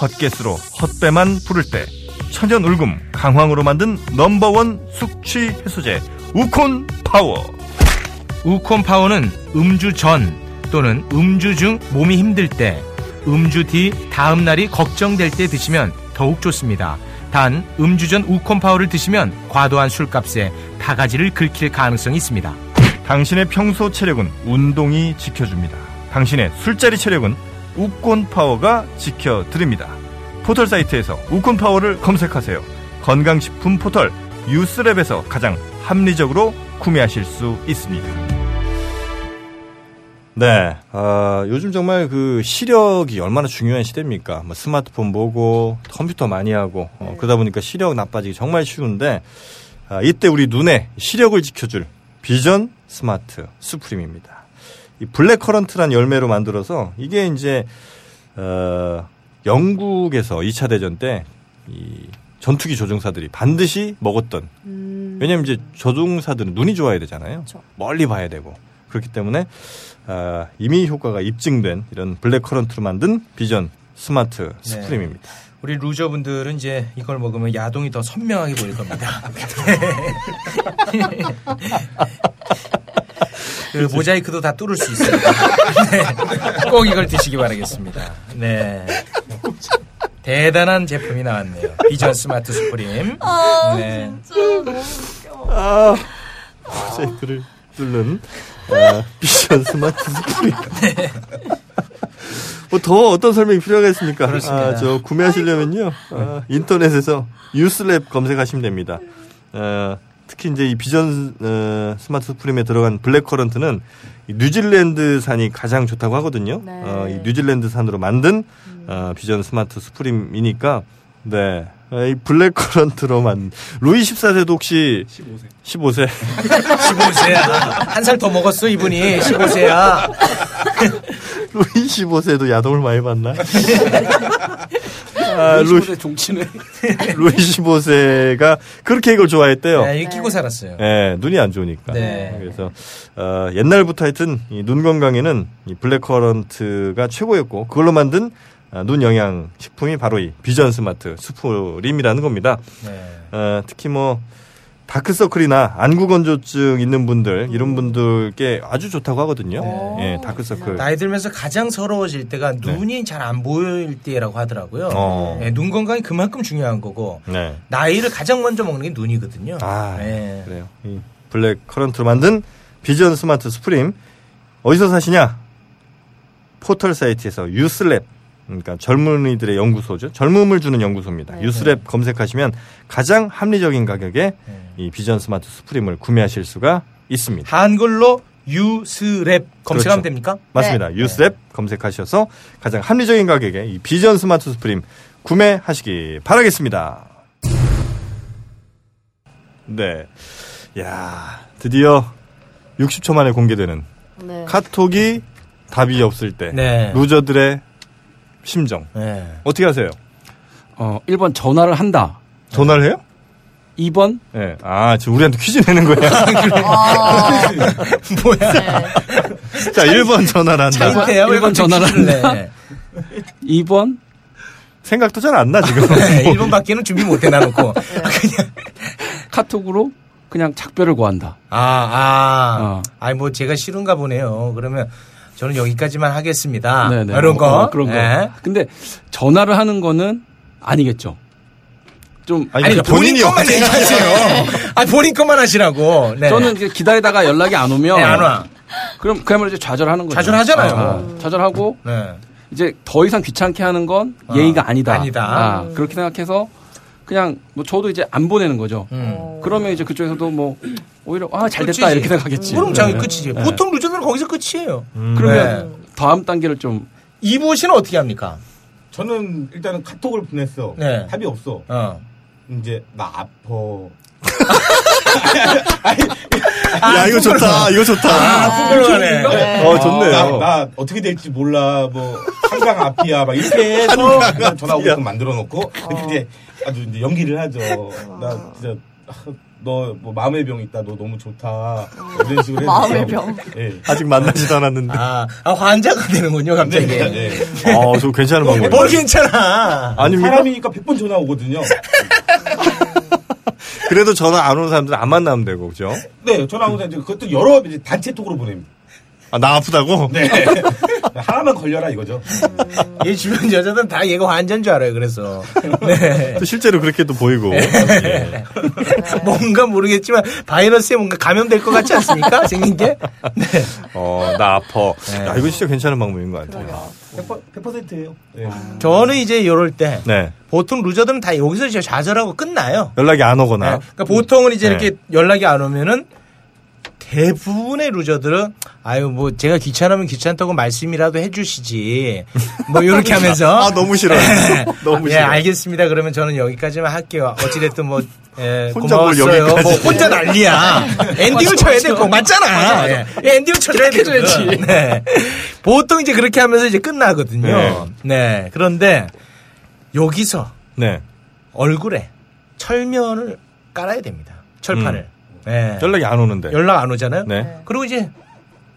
헛개수로 헛배만 부를 때, 천연 울금 강황으로 만든 넘버원 숙취 해소제 우콘 파워.
우콘 파워는 음주 전 또는 음주 중 몸이 힘들 때, 음주 뒤 다음 날이 걱정될 때 드시면 더욱 좋습니다. 단 음주 전 우콘 파워를 드시면 과도한 술값에 바가지를 긁힐 가능성이 있습니다.
당신의 평소 체력은 운동이 지켜줍니다. 당신의 술자리 체력은 우콘 파워가 지켜드립니다. 포털 사이트에서 우콘 파워를 검색하세요. 건강식품 포털 유스랩에서 가장 합리적으로 구매하실 수 있습니다. 네, 아, 요즘 정말 그 시력이 얼마나 중요한 시대입니까? 뭐 스마트폰 보고 컴퓨터 많이 하고 어, 그러다 보니까 시력 나빠지기 정말 쉬운데 아, 이때 우리 눈에 시력을 지켜줄 비전 스마트 수프림입니다. 이 블랙커런트란 열매로 만들어서 이게 이제 어, 영국에서 2차 대전 때 이 전투기 조종사들이 반드시 먹었던 왜냐면 이제 조종사들은 눈이 좋아야 되잖아요. 멀리 봐야 되고 그렇기 때문에 아, 이미 효과가 입증된 이런 블랙커런트로 만든 비전 스마트 스프림입니다.
우리 루저분들은 이제 이걸 먹으면 야동이 더 선명하게 보일 겁니다. 그 모자이크도 다 뚫을 수 있습니다. 네. 꼭 이걸 드시기 바라겠습니다. 네. 대단한 제품이 나왔네요. 비전 스마트 스프림. 네.
모자이크를 뚫는 아, 비전 스마트 스프링.
네.
뭐더 어떤 설명이 필요하겠습니까?
그렇습니다.
아, 저 구매하시려면요 아, 인터넷에서 유스랩 검색하시면 됩니다. 어, 특히 이제 이 비전 어, 스마트 스프림에 들어간 블랙커런트는 이 뉴질랜드산이 가장 좋다고 하거든요.
네.
어, 이 뉴질랜드산으로 만든 어, 비전 스마트 스프림이니까 네. 아, 이 블랙커런트로만 루이 14세도 혹시 15세 15세
15세야. 한 살 더 먹었어, 이분이. 15세야.
루이 15세도 야동을 많이 봤나? 아,
아,
루이,
루시 종치네.
루이 15세가 그렇게 이걸 좋아했대요.
네, 이거 끼고 살았어요.
예, 눈이 안 좋으니까.
네.
그래서 어, 옛날부터 하여튼 이 눈 건강에는 이 블랙커런트가 최고였고 그걸로 만든 아, 눈 영양 식품이 바로 이 비전 스마트 수프림이라는 겁니다.
네.
어, 특히 뭐 다크서클이나 안구건조증 있는 분들 이런 분들께 아주 좋다고 하거든요. 예,
네.
다크서클.
네. 나이 들면서 가장 서러워질 때가 눈이 잘 안 보일 때라고 하더라고요.
어.
네, 눈 건강이 그만큼 중요한 거고
네.
나이를 가장 먼저 먹는 게 눈이거든요.
아,
네.
그래요. 이 블랙 커런트로 만든 비전 스마트 스프림 어디서 사시냐? 포털 사이트에서 유스랩 그러니까 젊은이들의 연구소죠. 젊음을 주는 연구소입니다. 유스랩 검색하시면 가장 합리적인 가격에 이 비전 스마트 스프림을 구매하실 수가 있습니다.
네. 한글로 유스랩 검색하면
그렇죠.
됩니까?
맞습니다. 유스랩 검색하셔서 가장 합리적인 가격에 이 비전 스마트 스프림 구매하시기 바라겠습니다. 네. 야, 드디어 60초 만에 공개되는
네.
카톡이 답이 없을 때
네.
루저들의 심정.
네.
어떻게 하세요?
어, 1번 전화를 한다.
전화를 해요?
2번
예. 아, 지금 우리한테 퀴즈 내는 거야.
아,
뭐야?
자, 1번 전화를 한다.
잘못해요. 왜
네. 일본
갑자기
전화를
퀴즈를
한다.
내? 네.
2번
생각도 잘 안 나, 지금.
네, 1번 밖에는 준비 못 해놔놓고. 그냥.
카톡으로 그냥 작별을 구한다.
아, 아.
어.
아니, 뭐 제가 싫은가 보네요. 그러면 저는 여기까지만 하겠습니다.
네네.
이런 아, 거.
어, 그런 거.
네.
근데 전화를 하는 거는 아니겠죠. 좀
아니,
아니, 그러니까
그
본인 것만
어떻게
얘기하세요. 아, 본인 것만 하시라고. 네.
저는 이제 기다리다가 연락이 안 오면
네, 안 와.
그럼 그야말로 이제 좌절하는 거죠.
좌절하잖아요.
아, 좌절하고
네.
이제 더 이상 귀찮게 하는 건
아,
예의가 아니다.
아니다.
아, 그렇게 생각해서 그냥 뭐 저도 이제 안 보내는 거죠.
음.
그러면 이제 그쪽에서도 뭐 오히려 아 잘 됐다
끝이지.
이렇게 생각하겠지.
그럼 저기
네. 음.
끝이지. 보통 루저들은 거기서 끝이에요.
그러면
네.
다음 단계를 좀
이보 씨는 어떻게 합니까?
저는 일단은 카톡을 보냈어.
네.
답이 없어.
어.
이제 나 아파.
어, 야, 이거 좋다. 이거 좋다.
아, 부끄러워네.
어,
나,
좋네요.
나 어떻게 될지 몰라. 뭐 한강 앞이야. 막 이렇게 해서 그냥 전화 오게끔 만들어 놓고 근데 이제 아주 이제 연기를 하죠. 나 진짜 너 뭐 마음의 병 있다. 너 너무 좋다. 이런 식으로 해서
마음의 병.
예.
아직 만나지도 않았는데.
아, 아, 환자가 되는군요, 갑자기.
네, 네.
어, 저 괜찮은 방법이에요.
뭘 괜찮아.
아닙니까?
사람이니까 100번 전화 오거든요.
그래도 전화 안 오는 사람들 안 만나면 되고, 그죠?
네, 전화 오는데 이제 그것도 여러 이제 단체 톡으로 보냅니다.
아, 나 아프다고?
네. 하나만 걸려라 이거죠.
얘 주변 여자들은 다 얘가 환자인 줄 알아요. 그래서 네.
또 실제로 그렇게도 보이고. 예.
뭔가 모르겠지만 바이러스에 뭔가 감염될 것 같지 않습니까? 생긴 게. 네.
어, 나 아파. 야, 이거 진짜 괜찮은 방법인 것 같아요.
100%예요. 네.
저는 이제 이럴 때
네.
보통 루저들은 다 여기서 이제 좌절하고 끝나요.
연락이 안
네.
오거나.
그러니까 보통은 이제
네.
이렇게 연락이 안 오면은 대부분의 루저들은 아유 뭐 제가 귀찮으면 귀찮다고 말씀이라도 해주시지 뭐 이렇게 하면서
아, 너무 싫어요. 너무
예,
싫어요.
알겠습니다. 그러면 저는 여기까지만 할게요. 어찌됐든 뭐, 예,
혼자 뭘
고마웠어요.
여기까지.
뭐 혼자 난리야. 엔딩을 쳐야 될 거 맞잖아. 예, 엔딩을 쳐줘야 되지. 네. 보통 이제 그렇게 하면서 이제 끝나거든요.
네.
네. 그런데 여기서
네.
얼굴에 철면을 깔아야 됩니다. 철판을. 네.
연락이 안 오는데.
연락 안 오잖아요.
음. 네.
그리고 이제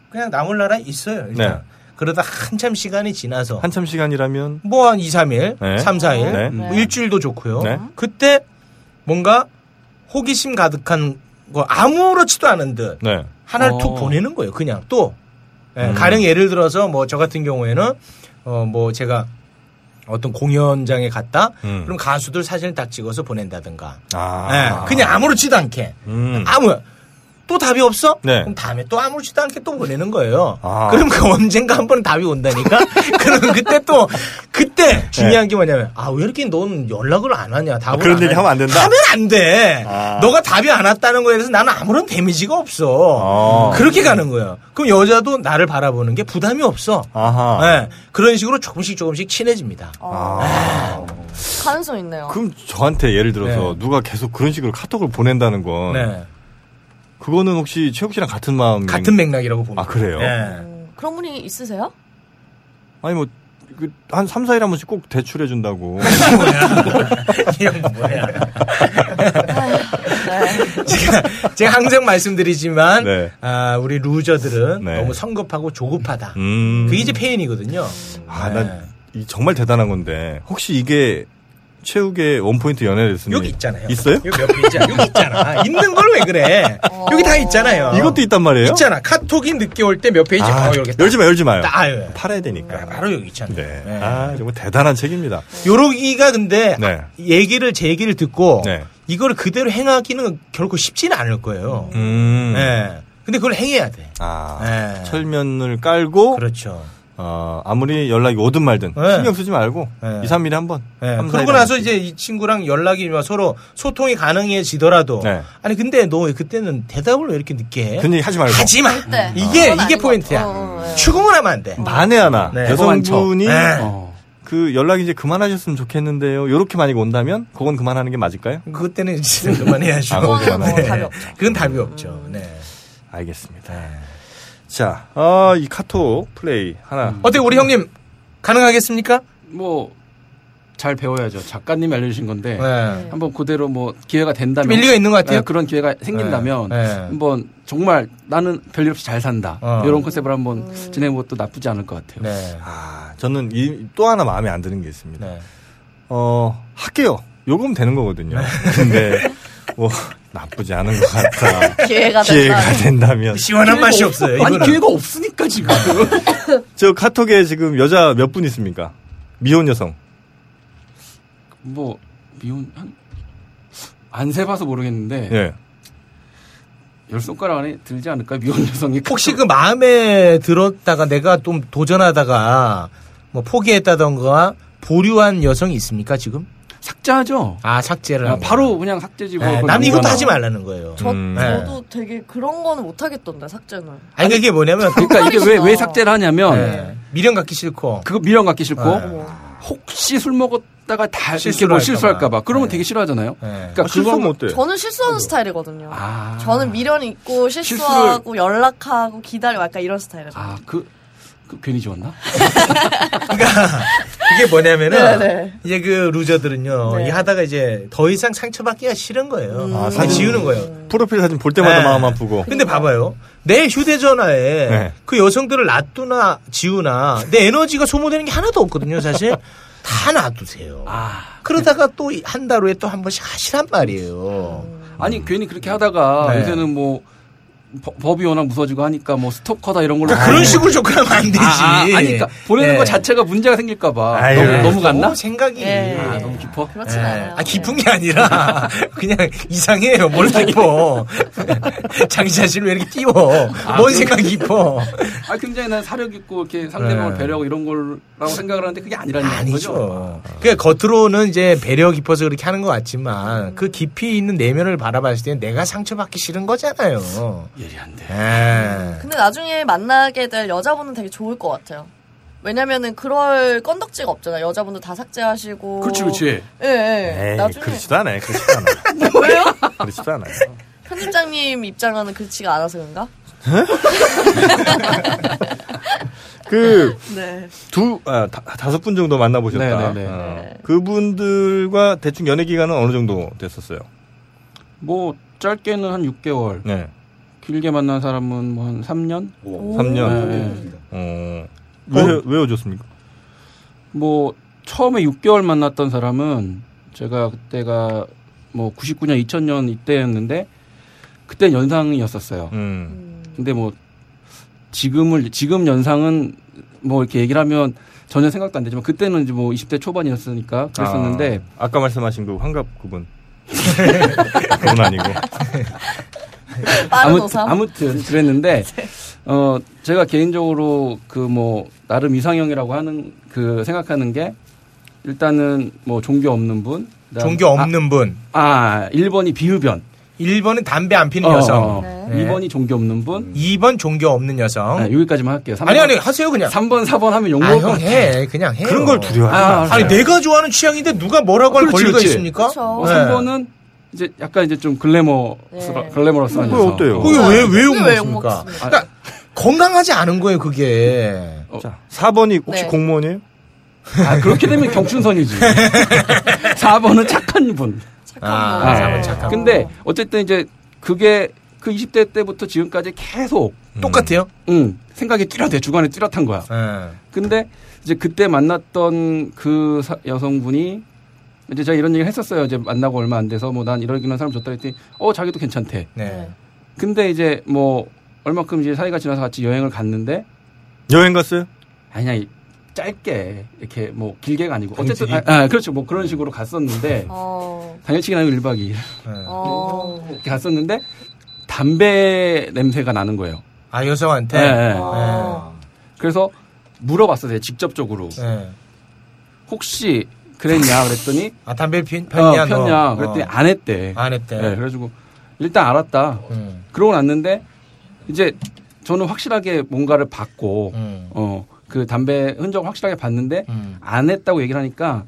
그냥 나몰라라 있어요. 일단.
네.
그러다 한참 시간이 지나서
한참 시간이라면
뭐 한 2, 3일,
네.
3, 4일,
네.
음.
뭐 일주일도 좋고요.
네.
그때 뭔가 호기심 가득한 거 아무렇지도 않은 듯
네.
하나를
어.
툭 보내는 거예요. 그냥 또 예,
음.
가령 예를 들어서 뭐 저 같은 경우에는 어 뭐 제가 어떤 공연장에 갔다
음.
그럼 가수들 사진을 딱 찍어서 보낸다든가
아.
예, 그냥 아무렇지도 않게
음.
아무 또 답이 없어?
네.
그럼 다음에 또 아무렇지도 않게 또 보내는 거예요.
아.
그럼 그 언젠가 한 번 답이 온다니까? 그럼 그때 또, 그때 중요한 게 뭐냐면, 아, 왜 이렇게 넌 연락을 안 하냐? 답을
아, 네. 그런
안
얘기
하냐.
하면 안 된다?
하면 안 돼.
아.
너가 답이 안 왔다는 거에 대해서 나는 아무런 데미지가 없어.
아.
그렇게 가는 거예요. 그럼 여자도 나를 바라보는 게 부담이 없어.
아하.
예, 그런 식으로 조금씩 조금씩 친해집니다.
아. 가능성 있네요.
아, 그럼 저한테 예를 들어서 누가 계속 그런 식으로 카톡을 보낸다는 건
네.
그거는 혹시 최욱 씨랑 같은 마음
같은 맥락이라고 보면.
아, 그래요?
예.
음, 그런 분이 있으세요?
아니 뭐 한 3, 4일 한 번씩 꼭 대출해 준다고.
이 형은 뭐야.
네.
제가, 제가 항상 말씀드리지만
네.
아, 우리 루저들은
네.
너무 성급하고 조급하다.
음.
그게 이제 페인이거든요.
아,
네.
난이 정말 대단한 건데 혹시 이게 최욱의 원포인트 연애 레슨이
여기 있잖아요.
있어요?
여기 몇개 있잖아. 여기 있잖아. 있는 걸 왜 그래? 여기 다 있잖아요.
이것도 있단 말이에요?
있잖아. 카톡이 늦게 올 때 몇 페이지
아,
바로 이렇게 딱
열지 마, 열지 마요.
따요.
팔아야
아,
되니까.
바로 여기 있잖아요.
네.
네.
아, 정말 대단한 책입니다.
요러기가 근데
네.
얘기를 제 얘기를 듣고
네.
이걸 그대로 행하기는 결코 쉽지는 않을 거예요.
음.
네. 근데 그걸 행해야 돼.
아,
네.
철면을 깔고
그렇죠.
어, 아무리 연락이 오든 말든
네.
신경 쓰지 말고
네.
2, 3일에 한 번.
예,
삼, 사일에
그러고
한
나서
번씩.
이제 이 친구랑 연락이 막 서로 소통이 가능해지더라도
네.
아니 근데 너 왜 그때는 대답을 왜 이렇게 늦게 해?
그런 얘기 하지 말고
하지 마. 음.
네.
이게
그건
이게
아닌 것
포인트야.
같아요. 어, 예.
추궁을 하면 안 돼.
만에 하나
네.
여성분이
네.
어.
그 연락 이제 그만하셨으면 좋겠는데요. 요렇게 많이 온다면 그건 그만하는 게 맞을까요?
그때는 진짜 그만해야죠.
아,
네.
그건 뭐
답이 없죠.
그건 답이 없죠. 네.
알겠습니다. 자, 어, 이 카톡 플레이 하나.
어때 우리 형님 가능하겠습니까?
뭐 잘 배워야죠. 작가님이 알려주신 건데
네.
한번 그대로 뭐 기회가 된다면
좀 일리가 있는 것 같아요.
네, 그런 기회가 생긴다면 뭐.
네. 네.
한번 정말 나는 별일 없이 잘 산다
어.
이런 컨셉으로 한번 진행해 것도 나쁘지 않을 것 같아요.
네.
아, 저는 이 또 하나 마음에 안 드는 게 있습니다.
네.
어, 할게요. 요금 되는 거거든요. 근데 뭐 나쁘지 않은 것 같다.
기회가
기회가
된다.
된다면
시원한 맛이 없어요.
아니
이거는.
그 기회가 없으니까 지금
저 카톡에 지금 여자 몇 분 있습니까? 미혼 여성.
뭐 미혼 한 안 세봐서 모르겠는데
네.
예.
열 손가락 안에 들지 않을까 미혼 여성이
혹시 그 마음에 들었다가 내가 좀 도전하다가 뭐 포기했다던가 보류한 여성이 있습니까 지금?
삭제하죠.
아 삭제를
아,
한
바로 그냥 삭제지고
거. 네,
그걸
남 이것도
남겨놔.
하지 말라는 거예요.
저,
음.
저도 되게 그런 거는 못하겠던데, 삭제는.
아니 그게 뭐냐면
그러니까 어. 이게 왜 왜
삭제하시나.
삭제를 하냐면
네. 미련 갖기 싫고
그거 미련 갖기 싫고
네.
혹시 술 먹었다가 다
실수를
실수를 뭐
할까
실수할까봐
봐.
그러면
네.
되게 싫어하잖아요.
네.
그러니까
아, 실수하면
그거
어때?
저는 실수하는 스타일이거든요.
아.
저는 미련 있고 실수하고 연락하고 기다리고 약간 이런 스타일이죠.
아그 그 괜히 좋았나?
그게 뭐냐면은
네, 네.
이제 그 루저들은요
네.
이 하다가 이제 더 이상 상처받기가 싫은 거예요.
아,
그냥
사진-
음.
지우는 거예요.
프로필 사진 볼 때마다
네.
마음 아프고.
근데
그러니까.
봐봐요. 내 휴대전화에
네.
그 여성들을 놔두나 지우나 내 에너지가 소모되는 게 하나도 없거든요, 사실. 다 놔두세요.
아
그러다가 또 한 달 후에 또 한 번씩 하시란 말이에요.
아니 괜히 그렇게 하다가
음. 네.
요새는 뭐 뭐 버- 법이 워낙 무서워지고 하니까 뭐 스토커다 이런 걸로
그러니까
아,
그런 식으로 접근하면 안 되지.
아, 아, 아니, 그러니까 보내는
네.
거 자체가 문제가 생길까봐
아유.
너무, 너무 갔나?
오, 생각이.
예.
아, 너무 깊어.
그렇진
네.
않아요.
아, 깊은 게 아니라 그냥 이상해요. 뭘 깊어. 자기 자신을 왜 이렇게 띄워. 뭔
그
생각 깊어.
아 굉장히 난 사력 있고 이렇게 상대방을
네.
배려하고 이런 거라고 생각을 하는데 그게 아니라는 거죠.
아니죠. 그러니까 겉으로는 이제 배려 깊어서 그렇게 하는 것 같지만
음.
그 깊이 있는 내면을 바라봤을 때 내가 상처받기 싫은 거잖아요.
예리한데.
예.
근데 나중에 만나게 될 여자분은 되게 좋을 것 같아요. 왜냐면은 그럴 건덕지가 없잖아요. 여자분도 다 삭제하시고.
그렇지 그렇지.
예, 예.
에이,
나중에
그렇지도 않아요. 그렇지도 않아요.
왜요?
그렇지도 않아요.
편집장님 입장과는 그렇지가 않아서 그런가?
그,
네.
두, 아, 다, 다섯 분 정도 만나보셨다.
네, 네, 네.
어.
네.
그분들과 대충 연애 기간은 어느 정도 됐었어요?
뭐 짧게는 한 6개월,
네.
길게 만난 사람은 뭐 한 3년.
오.
3년.
네.
어. 왜, 왜 오셨습니까?
뭐 처음에 6개월 만났던 사람은 제가 그때가 뭐 99년 2000년 이때였는데 그때 연상이었었어요.
음.
근데 뭐 지금을 지금 연상은 뭐 이렇게 얘기를 하면 전혀 생각도 안 되지만 그때는 이제 뭐 20대 초반이었으니까 그랬었는데
아, 까 말씀하신 그 환갑 그분. 그건
빠른
아니고.
네. 아무,
오삼. 네.
아무튼 그랬는데 어 제가 개인적으로 그 뭐 나름 이상형이라고 하는 그 생각하는 게 일단은 뭐 종교 없는 분 그다음-
종교 없는 분.
아, 아 1번이 비흡연
1번은 담배 안 피는
어,
여성.
어.
네.
2번이 종교 없는 분
2번 종교 없는 여성.
아, 여기까지만 할게요 삼
아니,
번-
아니, 하세요, 그냥.
3번 4번 하면
아,
욕먹을 것
형
같아요.
해. 그냥 해.
그런 걸 두려워하지
아,
마세요.
아니, 내가 좋아하는 취향인데 누가 뭐라고 할
그렇지,
권리가
그렇지.
있습니까?
그렇죠.
어,
네.
3번은 이제 약간 이제 좀 글래머
네.
글래머러스한
그게
여성.
어때요?
그게 왜, 왜
그게 왜
욕먹습니까?
욕먹습니까?
그러니까 건강하지 않은 거예요, 그게.
자, 4번이 혹시
네.
공무원이에요?
아, 그렇게 되면 경춘선이지. 4번은 착한 분.
착한
아,
거.
사람은
네.
착한
근데 어쨌든 이제 그게 그 20대 때부터 지금까지 계속
똑같아요.
응, 생각이 뚜렷해. 주관이 뚜렷한 거야.
예.
근데 이제 그때 만났던 그 사- 여성분이 이제 제가 이런 얘기를 했었어요. 이제 만나고 얼마 안 돼서 뭐 난 이러기는 사람 좋다 했더니 어 자기도 괜찮대.
네.
근데 이제 뭐 얼마큼 이제 사이가 지나서 같이 여행을 갔는데
여행 갔어요?
아니야 이- 짧게 이렇게 뭐 길게가 아니고 어쨌든
당직이?
아, 아, 그렇죠 뭐 그런 식으로 갔었는데
어.
당일치기 아니고 1박 2일
예.
어.
이렇게 갔었는데 담배 냄새가 나는 거예요.
아, 여성한테.
예, 예.
어.
그래서 물어봤어요 직접적으로
예.
혹시 그랬냐 그랬더니
아, 담배 피,
어,
폈냐, 너?
폈냐 그랬더니 아,
어.
안 했대.
안 했대.
예, 그래가지고 일단 알았다.
음,
그러고 났는데 이제 저는 확실하게 뭔가를 봤고
음,
어 그 담배 흔적을 확실하게 봤는데
음.
안 했다고 얘기를 하니까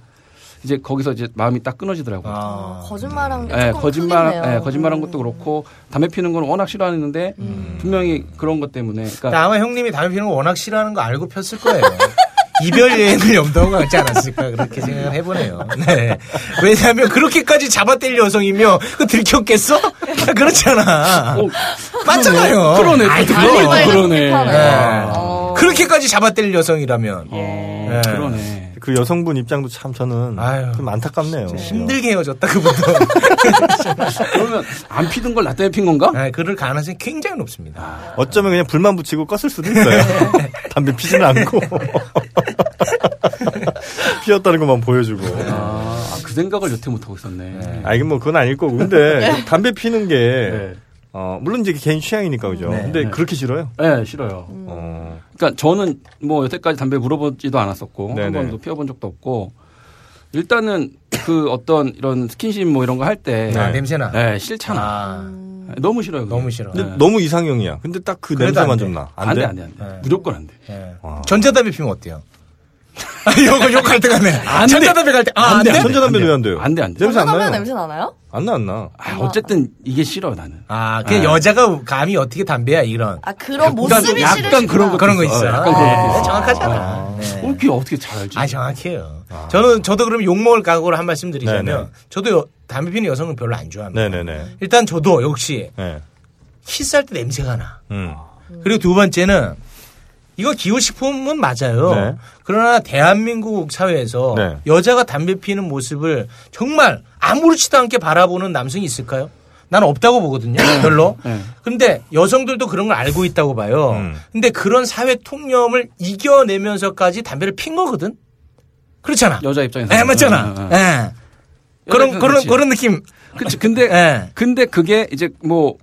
이제 거기서 이제 마음이 딱 끊어지더라고요.
아.
어, 거짓말한 게
예,
조금
거짓말,
크겠네요.
예, 거짓말한
음.
것도 그렇고 담배 피는 건 워낙 싫어하는데 분명히 그런 것 때문에
근데
그러니까
아마 형님이 담배 피는 거 워낙 싫어하는 거 알고 폈을 거예요. 이별 여행을 염두하고 하지 않았을까 그렇게 생각을 해보네요. 네. 왜냐하면 그렇게까지 잡아떼일 여성이며 그 들켰겠어? 그렇잖아.
오,
맞잖아요.
어, 그러네.
아이,
그거
그럼.
거짓말과
그러네.
똑똑하네.
예.
어.
그렇게까지 잡아떼일 여성이라면
어,
네.
그러네.
그 여성분 입장도 참 저는
아유.
좀 안타깝네요.
힘들게 헤어졌다 그분도.
그러면 안 피던 걸 나 때문에 핀 건가?
네, 그럴 가능성이 굉장히 높습니다.
어쩌면 그냥 불만 붙이고 껐을 수도 있어요. 담배 피지는 않고. 피었다는 것만 보여주고.
아, 아, 그 생각을 여태 못 하고 있었네.
예.
아, 이게 뭐 그건 아닐 거고. 근데 그 담배 피는 게,
예.
어, 물론 이제 개인 취향이니까 그죠. 근데 그렇게 싫어요.
네.
예.
네, 싫어요.
어,
그러니까 저는 뭐 여태까지 담배 물어보지도 않았었고
네네.
한 번도 피워본 적도 없고 일단은 그 어떤 이런 스킨십 뭐 이런 거 할 때
아, 냄새나.
네, 싫잖아.
아,
너무 싫어요. 그게.
너무 싫어.
근데
네.
너무 이상형이야. 근데 딱 그
그래도
냄새만
안 돼.
좀 나. 아.
안 돼, 안 돼, 안 돼.
네.
무조건 안 돼.
예.
와.
전자담배 피면 어때요? 아, 욕, 욕할 때 가네.
안 돼.
아, 전자담배 갈 때, 아, 안 돼?
전자담배 왜 안 돼요?
안 돼, 안 돼.
냄새 안
거짓말하면
나요?
냄새 나나요?
안 나, 안 나.
아, 어쨌든 이게 싫어 나는.
아, 그 여자가 감히 어떻게 담배야, 이런.
아 그런 모습이
약간
싫으시구나.
그런 거-
그런 거
어,
있어요. 네.
약간 그런 거 있어요.
정확하잖아.
어,
네.
그게 어떻게 잘 알지?
아, 정확해요. 저는, 저도 그럼 욕먹을 각오로 한 말씀 드리자면,
네네.
저도 여- 담배 피는 여성은 별로 안 좋아합니다.
네네네.
일단 저도 역시
네.
키스할 때 냄새가 나.
음.
그리고 두 번째는, 이거 기호식품은 맞아요.
네.
그러나 대한민국 사회에서
네.
여자가 담배 피는 모습을 정말 아무렇지도 않게 바라보는 남성이 있을까요? 나는 없다고 보거든요. 별로.
네.
근데 여성들도 그런 걸 알고 있다고 봐요.
음.
근데 그런 사회 통념을 이겨내면서까지 담배를 핀 거거든. 그렇잖아.
여자 입장에서.
예, 맞잖아.
예, 예.
예. 그런
여자
그런
그렇지.
그런 느낌.
그치. 근데
예.
근데 그게 이제 뭐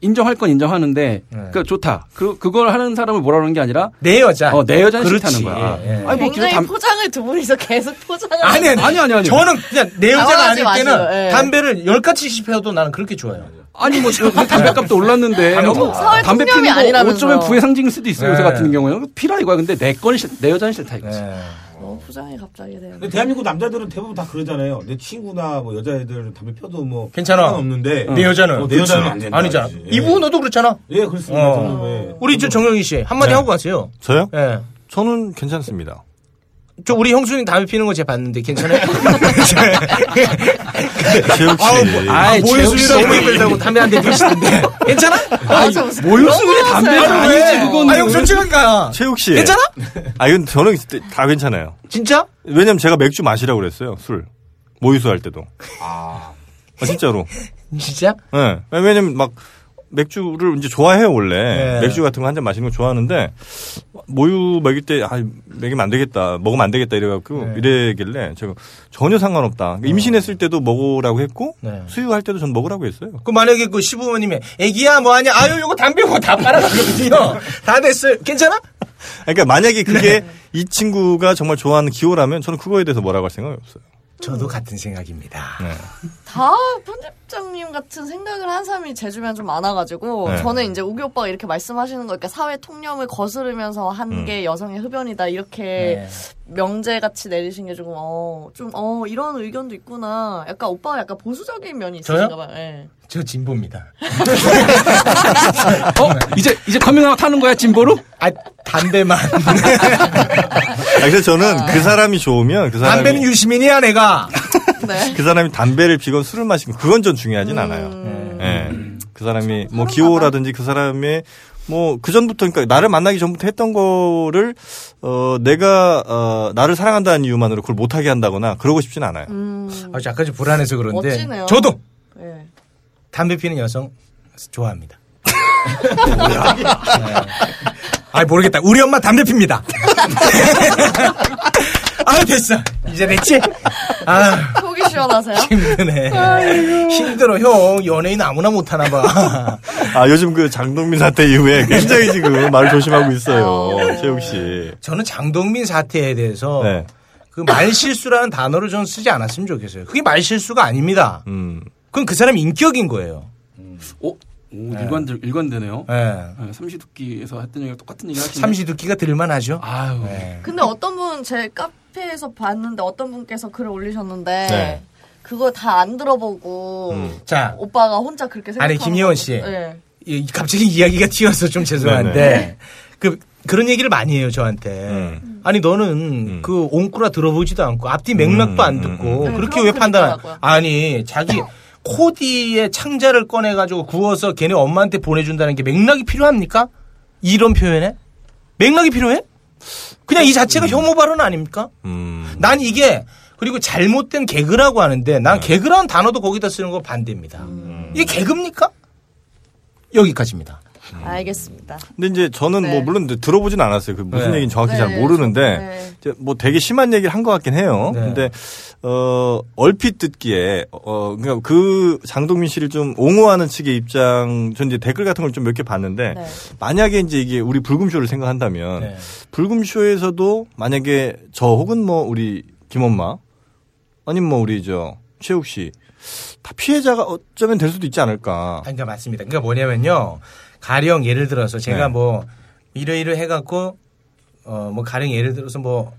인정할 건 인정하는데
네.
그 좋다. 그 그걸 하는 사람을 뭐라는 게 아니라
내 여자.
어, 내 여자는
그렇지.
싫다는 거야.
예, 예.
아니 뭐
굉장히
담-
포장을 두 분이서 계속 포장을.
아니,
하는
아니,
거예요.
아니,
아니,
아니,
아니.
저는 그냥 내 여자가
당황하지
아닐 때는
마세요. 예.
담배를 열 가지씩 피워도 나는 그렇게 좋아요.
아니 뭐 지금 담배값도 올랐는데
예. 담배
너무
사회
담배
통념이
피는 거
아니라면서요.
어쩌면 부의 상징일 수도 있어요. 요새
네.
같은 경우에는 피라 이거야. 근데 내 건 내 여자는 싫다 이거지.
예.
너무 어, 포장이 갑자기 돼요.
근데 대한민국 남자들은 대부분 다 그러잖아요. 내 친구나 뭐 여자애들 담배 펴도 뭐
괜찮아. 어.
없는데 어,
내 여자는 그렇죠.
내 여자는 안 된다.
네. 아니잖아. 네.
그러지. 예.
이분 너도 그렇잖아.
예, 그렇습니다.
어.
저는, 예.
우리 저 정영희 씨 한마디
네.
하고 가세요.
저요?
예.
저는 괜찮습니다.
저 우리 형수님 담배 피는 거 제가 봤는데 괜찮아요?
최욱 씨.
아,
모유수유라고
너무 힘들다고 담배 한 대 피시던데 괜찮아?
아, 저 무슨
모유수유의
그런
담배는
거였어요.
아니지, 그건.
아, 형 솔직한가?
최욱 씨.
괜찮아?
아, 이건 저는 진짜 다 괜찮아요.
진짜?
왜냐면 제가 맥주 마시라고 그랬어요. 술. 모유수 할 때도. 아, 진짜로.
진짜?
예. 왜냐면 막 맥주를 이제 좋아해요 원래
예.
맥주 같은 거 한 잔 마시는 거 좋아하는데 모유 먹일 때 아, 먹이면 안 되겠다 먹으면 안
네.
되겠다 이래갖고 이래길래 제가 전혀 상관없다 그러니까 임신했을 때도 먹으라고 했고
어. 네.
수유할 때도 전 먹으라고 했어요
그 만약에 그 시부모님이 애기야 뭐하냐 아유 요거 담배 요거 다 빨아가거든요 다 됐어요 괜찮아?
그러니까 만약에 그게
네.
이 친구가 정말 좋아하는 기호라면 저는 그거에 대해서 뭐라고 할 생각이 없어요
저도 같은 생각입니다
다 편집장님 같은 생각을 한 사람이 제 주변 좀 많아가지고
네.
저는 이제 우기 오빠가 이렇게 말씀하시는 거 그러니까 사회 통념을 거스르면서 한 게 여성의 흡연이다
네.
이렇게 명제같이 내리신 게 조금 어, 좀 어, 이런 의견도 있구나 약간 오빠가 약간 보수적인 면이 있으신가
저요?
봐요 예.
저 진보입니다
어?
네.
이제, 이제 커밍아웃 하는 거야, 진보로?
아 담배만
그 아, 그래서 저는 그 사람이 좋으면 그 사람이
담배는 유시민이야 내가
네.
그 사람이 담배를 피건 술을 마시건 그건 전 중요하진 않아요. 예. 그 사람이 뭐 기호라든지 그 사람의 뭐그 전부터 그러니까 나를 만나기 전부터 했던 거를 어 내가 어 나를 사랑한다는 이유만으로 그걸 못하게 한다거나 그러고 싶진 않아요.
음,
아 약간 좀 불안해서 그런데
멋지네요.
저도
예.
담배 피는 여성 좋아합니다 아 모르겠다 우리 엄마 담배 핍니다 아 됐어 이제 됐지? 아
속이 시원하세요?
힘드네. 힘들어, 형. 연예인 아무나 못하나 봐.
아 요즘 그 장동민 사태 이후에 굉장히 지금 말을 조심하고 있어요.
어.
최욱 씨.
저는 장동민 사태에 대해서
네.
그 말실수라는 단어를 저는 쓰지 않았으면 좋겠어요. 그게 말실수가 아닙니다.
음.
그건 그 사람 인격인 거예요.
오, 오 일관, 일관되네요.
예.
네, 삼시두끼에서 했던 얘기랑 똑같은 얘기 하시네.
삼시두끼가 들을만하죠.
아유.
예.
근데 어떤 분 제 카페에서 봤는데 어떤 분께서 글을 올리셨는데
네.
그거 다 안 들어보고
자,
오빠가 혼자 그렇게 생각하는
아니, 김예원
거-
씨.
예.
이- 갑자기 이야기가 튀어서 좀
네,
죄송한데 그 그런 얘기를 많이 해요 저한테.
음.
아니 너는 그 옹꾸라 들어보지도 않고 앞뒤 맥락도 안 듣고
음, 음.
그렇게
그럼
왜 판단?
그러더라고요.
아니 자기 코디의 창자를 꺼내 가지고 구워서 걔네 엄마한테 보내준다는 게 맥락이 필요합니까? 이런 표현에 맥락이 필요해? 그냥 이
음.
자체가 혐오 발언 아닙니까?
음.
난 이게 그리고 잘못된 개그라고 하는데 난 개그라는 단어도 거기다 쓰는 거 반대입니다. 이게 개그입니까? 여기까지입니다.
알겠습니다.
근데 이제 저는
네.
뭐 물론 이제 들어보진 않았어요. 그 무슨
네.
얘기인지 정확히
네,
잘 모르는데
네.
이제 뭐 되게 심한 얘기를 한 것 같긴 해요.
네.
근데 어 얼핏 듣기에 어 그냥 그 장동민 씨를 좀 옹호하는 측의 입장 전 이제 댓글 같은 걸 좀 몇 개 봤는데
네.
만약에 이제 이게 우리 불금쇼를 생각한다면
네.
불금쇼에서도 만약에 저 혹은 뭐 우리 김엄마 아니면 뭐 우리 저 최욱 씨 다 피해자가 어쩌면 될 수도 있지 않을까.
아니, 그러니까 맞습니다. 그러니까 뭐냐면요. 가령 예를 들어서 제가
네.
뭐 이러이러 해갖고 어 뭐 가령 예를 들어서 뭐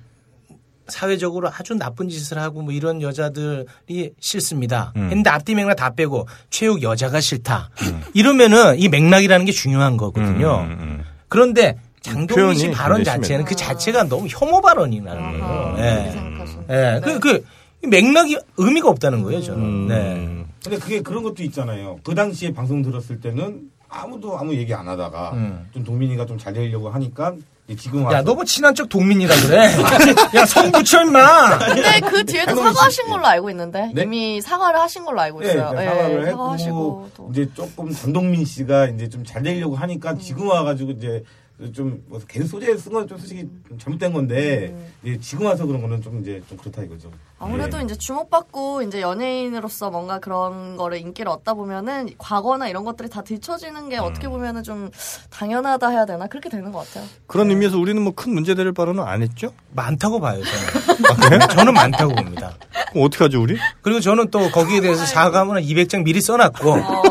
사회적으로 아주 나쁜 짓을 하고 뭐 이런 여자들이 싫습니다.
음.
했는데 앞뒤 맥락 다 빼고 최욱 여자가 싫다. 이러면은 이 맥락이라는 게 중요한 거거든요.
음, 음.
그런데 장동민 씨
표현이
발언
굉장히
자체는
심해요.
그 자체가 너무 혐오 발언이라는 거예요.
아하, 네. 그렇게
예.
생각하시는-
예. 그, 그 맥락이 의미가 없다는 거예요, 저는. 네.
음.
근데 그게 그런 것도 있잖아요. 그 당시에 방송 들었을 때는 아무도 아무 얘기 안 하다가
음.
좀 동민이가 좀 잘 되려고 하니까 이제 지금 와서
야, 너무 뭐 친한 척 동민이라 그래. 야, 성 붙여, 임마!
근데 그 뒤에도 사과하신 걸로 알고 있는데
네?
이미 사과를 하신 걸로 알고
네,
예,
있어요.
그냥
예,
사과를
사과하시고
했고
또. 음.
이제 조금 장동민 씨가 이제 좀 잘 되려고 하니까 지금 와가지고 이제 좀뭐 계속 소재에 쓴 건 좀 솔직히 좀 잘못된 건데 이제 지금 와서 그런 거는 좀 이제 좀 그렇다 이거죠.
음. 아무래도
예.
이제 주목받고 이제 연예인으로서 뭔가 그런 거를 인기를 얻다 보면은 과거나 이런 것들이 다 뒤처지는 게
음.
어떻게 보면은 좀 당연하다 해야 되나 그렇게 되는 것 같아요.
그런
네.
의미에서 우리는 뭐 큰 문제 될 바로는 안 했죠?
많다고 봐요, 저는. 아, 저는 많다고 봅니다.
그럼 어떡하죠, 우리?
그리고 저는 또 거기에 대해서 사과문을 200장 미리 써놨고,
어,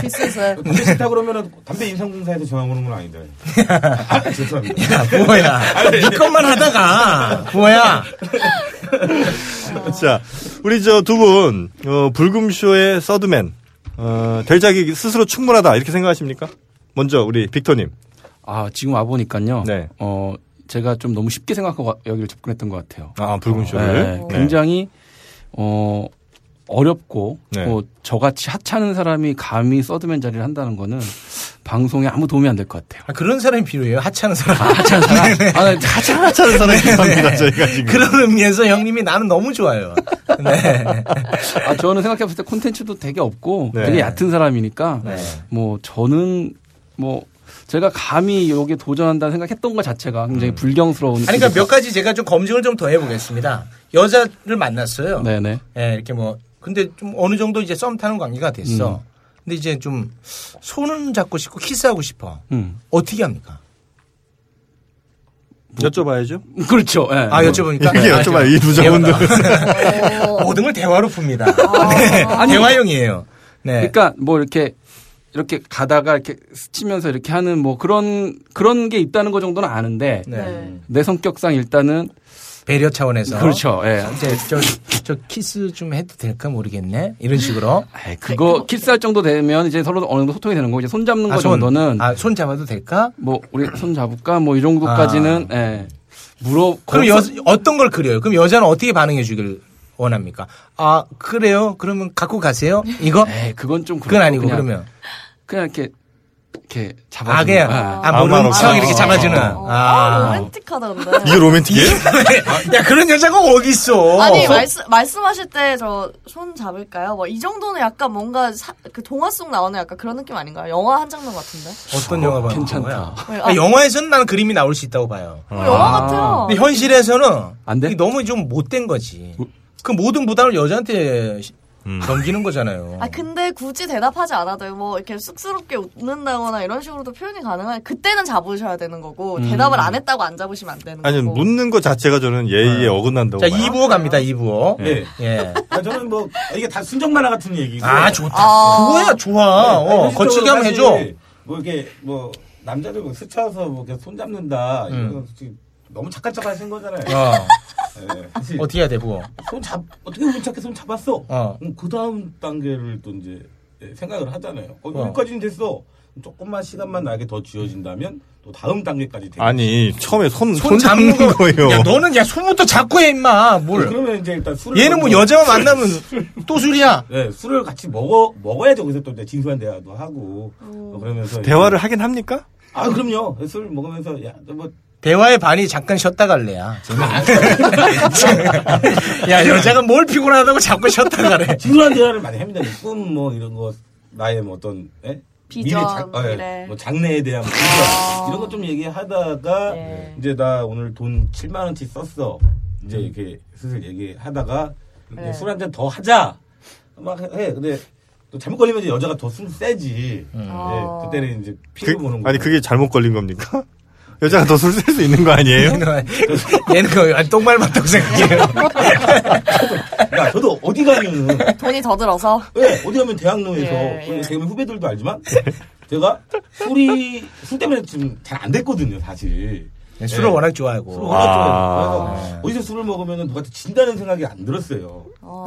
비슷해요.
담배 싫다 그러면은 담배 인삼공사에서 전화 오는 건 아니다. 아, 죄송합니다.
야, 부호야. 네 것만 하다가, 부호야.
자, 우리 저 두 분 어, 불금쇼의 서드맨 어, 될 자기 스스로 충분하다 이렇게 생각하십니까? 먼저 우리 빅터님.
아 지금 와 보니까요.
네.
어 제가 좀 너무 쉽게 생각하고 와- 여기를 접근했던 것 같아요.
아 불금쇼를.
네, 굉장히 어 어렵고
네.
뭐 저같이 하찮은 사람이 감히 서드맨 자리를 한다는 거는 방송에 아무 도움이 안 될 것 같아요.
아, 그런 사람이 필요해요, 하찮은 사람.
하찮은
네.
사람? 아, 나 하찮은
하찮은 사람이 감사합니다 저희가 지금.
그런 의미에서 형님이 나는 너무 좋아요. 네.
아, 저는 생각해봤을 때 콘텐츠도 되게 없고
네.
되게 얕은 사람이니까
네.
뭐 저는 뭐 제가 감히 여기에 도전한다는 생각했던 것 자체가 굉장히 불경스러운.
음. 아니, 그러니까 몇 가지 제가 좀 검증을 좀 더 해보겠습니다. 여자를 만났어요.
네네.
예, 이렇게 뭐 근데 좀 어느 정도 이제 썸 타는 관계가
음.
됐어. 근데 이제 좀 손은 잡고 싶고 키스하고 싶어.
음.
어떻게 합니까?
뭐 여쭤봐야죠.
그렇죠. 예.
아 여쭤보니까
이게
아,
여쭤봐요, 이
저-
부자분들.
어.
예, 모든 걸 대화로 풉니다. 네, 대화형이에요. 네.
아. 그러니까 뭐 이렇게 이렇게 가다가 이렇게 스치면서 이렇게 하는 뭐 그런 그런 게 있다는 거 정도는 아는데
네.
네.
내 성격상 일단은
배려 차원에서
그렇죠. 예.
이제 저, 저 키스 좀 해도 될까 모르겠네. 이런 식으로.
아이, 그러니까 그거 키스할 정도 되면 이제 서로 어느 정도 소통이 되는 거고 이제 손 잡는
아,
거 정도는
아, 손 잡아도 될까?
뭐 우리 손 잡을까 뭐 이 정도까지는 예. 물어
아. 그럼
거기서-
여, 어떤 걸 그려요? 그럼 여자는 어떻게 반응해 주길 원합니까? 아, 그래요? 그러면 갖고 가세요? 이거?
에이, 그건 좀
그건 아니고
그냥,
그러면.
그냥 이렇게 이렇게 잡아
아, 그냥. 아, 모르는
아무런
척
없이.
이렇게 잡아주는.
어, 아,
아.
로맨틱하다 근데.
이게 로맨틱이에요?
예. 야, 그런 여자가 어딨어.
아니 말씀 말씀하실 때 저 손 잡을까요? 뭐 이 정도는 약간 뭔가 사- 그 동화 속 나오는 약간 그런 느낌 아닌가요? 영화 한 장면 같은데.
어떤 영화 봐요?
괜찮다.
네,
아,
아,
영화에서는 나는 그림이 나올 수 있다고 봐요.
뭐 영화 같아요.
근데 현실에서는
안 돼?
이게 너무 좀 못된 거지. 그 모든 부담을 여자한테 시- 넘기는 거잖아요.
아 근데 굳이 대답하지 않아도 뭐 이렇게 쑥스럽게 웃는다거나 이런 식으로도 표현이 가능한 그때는 잡으셔야 되는 거고 대답을 안 했다고 안 잡으시면 안 되는
아니
거고.
묻는 것 자체가 저는 예의에 어긋난다고.
네. 자,
봐요.
2부호 갑니다, 2부호.
네.
예.
아, 저는 뭐 이게 다 순정 만화 같은 얘기고. 네.
아, 좋다.
아.
그거야, 좋아.
아니,
어,
현실적으로
거칠게 한번
사실
해줘.
뭐 이렇게 뭐 남자들 뭐 스쳐서 뭐 이렇게 손 잡는다.
음.
이건 솔직히 너무 착한 척 하신 거잖아요.
어,
예, 사실
어떻게 해야 돼, 부호?
손잡 어떻게 우리 착해 손 잡았어.
어.
그럼 그 다음 단계를 또 이제 예, 생각을 하잖아요. 어,
어.
여기까지는 됐어. 조금만 시간만 나게 더 쥐어진다면 또 다음 단계까지 되겠지.
아니 처음에 손
네. 손 잡는 거.
거예요.
야, 너는 야, 손부터 잡고 해, 임마. 뭘.
그러면 이제 일단 술을
얘는 뭐
먼저-
여자와 만나면 또 술이야.
예, 술을 같이 먹어 먹어야죠. 그래서 또 이제 진솔한 대화도 하고 어, 그러면서 이제-
대화를 하긴 합니까?
아 그럼요. 술 먹으면서 야뭐
대화의 반이 잠깐 쉬었다 갈래야. 야, 여자가 뭘 피곤하다고 자꾸 쉬었다 가래.
진솔한 대화를 많이 합니다. 꿈뭐 이런 거 나의 뭐 어떤 예?
비전,
장- 아, 예.
미래. 아.
뭐 장래에 대한 뭐 비전 이런 거 좀 얘기하다가
예.
이제 나 오늘 돈 7만 원치 썼어.
음.
이제 이렇게 슬슬 얘기하다가 이제
네.
술 한 잔 더 하자. 막 해. 근데 또 잘못 걸리면 이제 여자가 더 술 세지.
어.
예, 그때는 이제 피를
그,
보는 거.
아니 그게 잘못 걸린 겁니까? 여자가 더 술 셀 수 있는 거 아니에요?
얘는, 얘는 그, 아니, 똥말 맞다고 생각해요.
야, 저도 어디 가면은
돈이 더 들어서
네, 어디 가면 대학로에서
예, 예.
우리 개그맨 후배들도 알지만 제가 술이 술 때문에 지금 잘 안 됐거든요 사실
네, 술을
예.
워낙
술을
좋아하고.
워낙
아.
좋아해서 네. 그래서 어디서 술을 먹으면 누가 진다는 생각이 안 들었어요
어,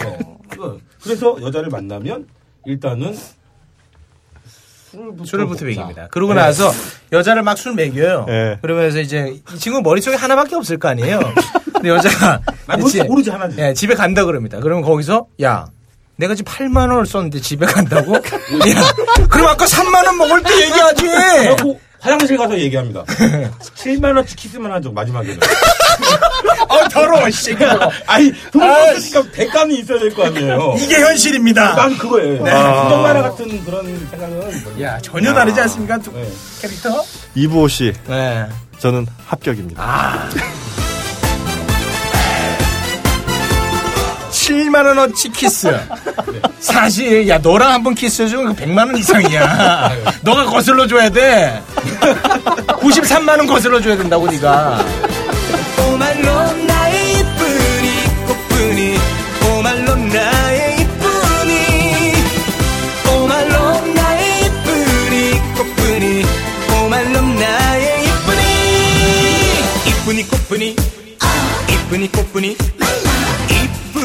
네. 그- 그래서 여자를 만나면 일단은 술부터
술부터
먹자. 네.
먹입니다. 그러고 나서 여자를 막 술 먹여요.
네.
그러면서 이제 이 친구 머릿속에 하나밖에 없을 거 아니에요. 근데 여자가
아니,
이제
모르지, 모르지, 하나지.
예, 집에 간다 그럽니다. 그러면 거기서 야 내가 지금 8만 원을 썼는데 집에 간다고? 야, 그럼 아까 3만 원 먹을 때 얘기하지.
네. 그래갖고 화장실 가서 얘기합니다. 7만 원치 키스만 하죠 마지막에는.
어, 더러워, 씨.
아니 돈을 썼으니까 대가는 있어야 될 거 아니에요.
이게 현실입니다.
난 그거예요. 부정 만화 같은 그런 생각은 별로.
야, 전혀 다르지 않습니까? 두
네.
캐릭터?
이보호 씨,
네.
저는 합격입니다.
7만원어치 키스. 사실, 야, 너랑 한번 키스해주면 100만원 이상이야. 너가 거슬러 줘야 돼. 93만원 거슬러 줘야 된다고, 네가
오말론 나의 이쁜이 꽃뿐이 오말론 나의 이쁜이 오말론 나의 이쁜이 꽃뿐이 오말론 나의 이쁜이 이쁜이 꽃뿐이 이쁜이 꽃뿐이 이쁜이 꽃뿐이 이쁜이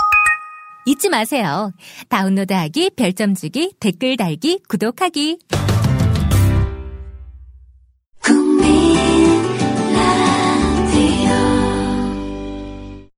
잊지 마세요. 다운로드하기, 별점 주기, 댓글 달기, 구독하기.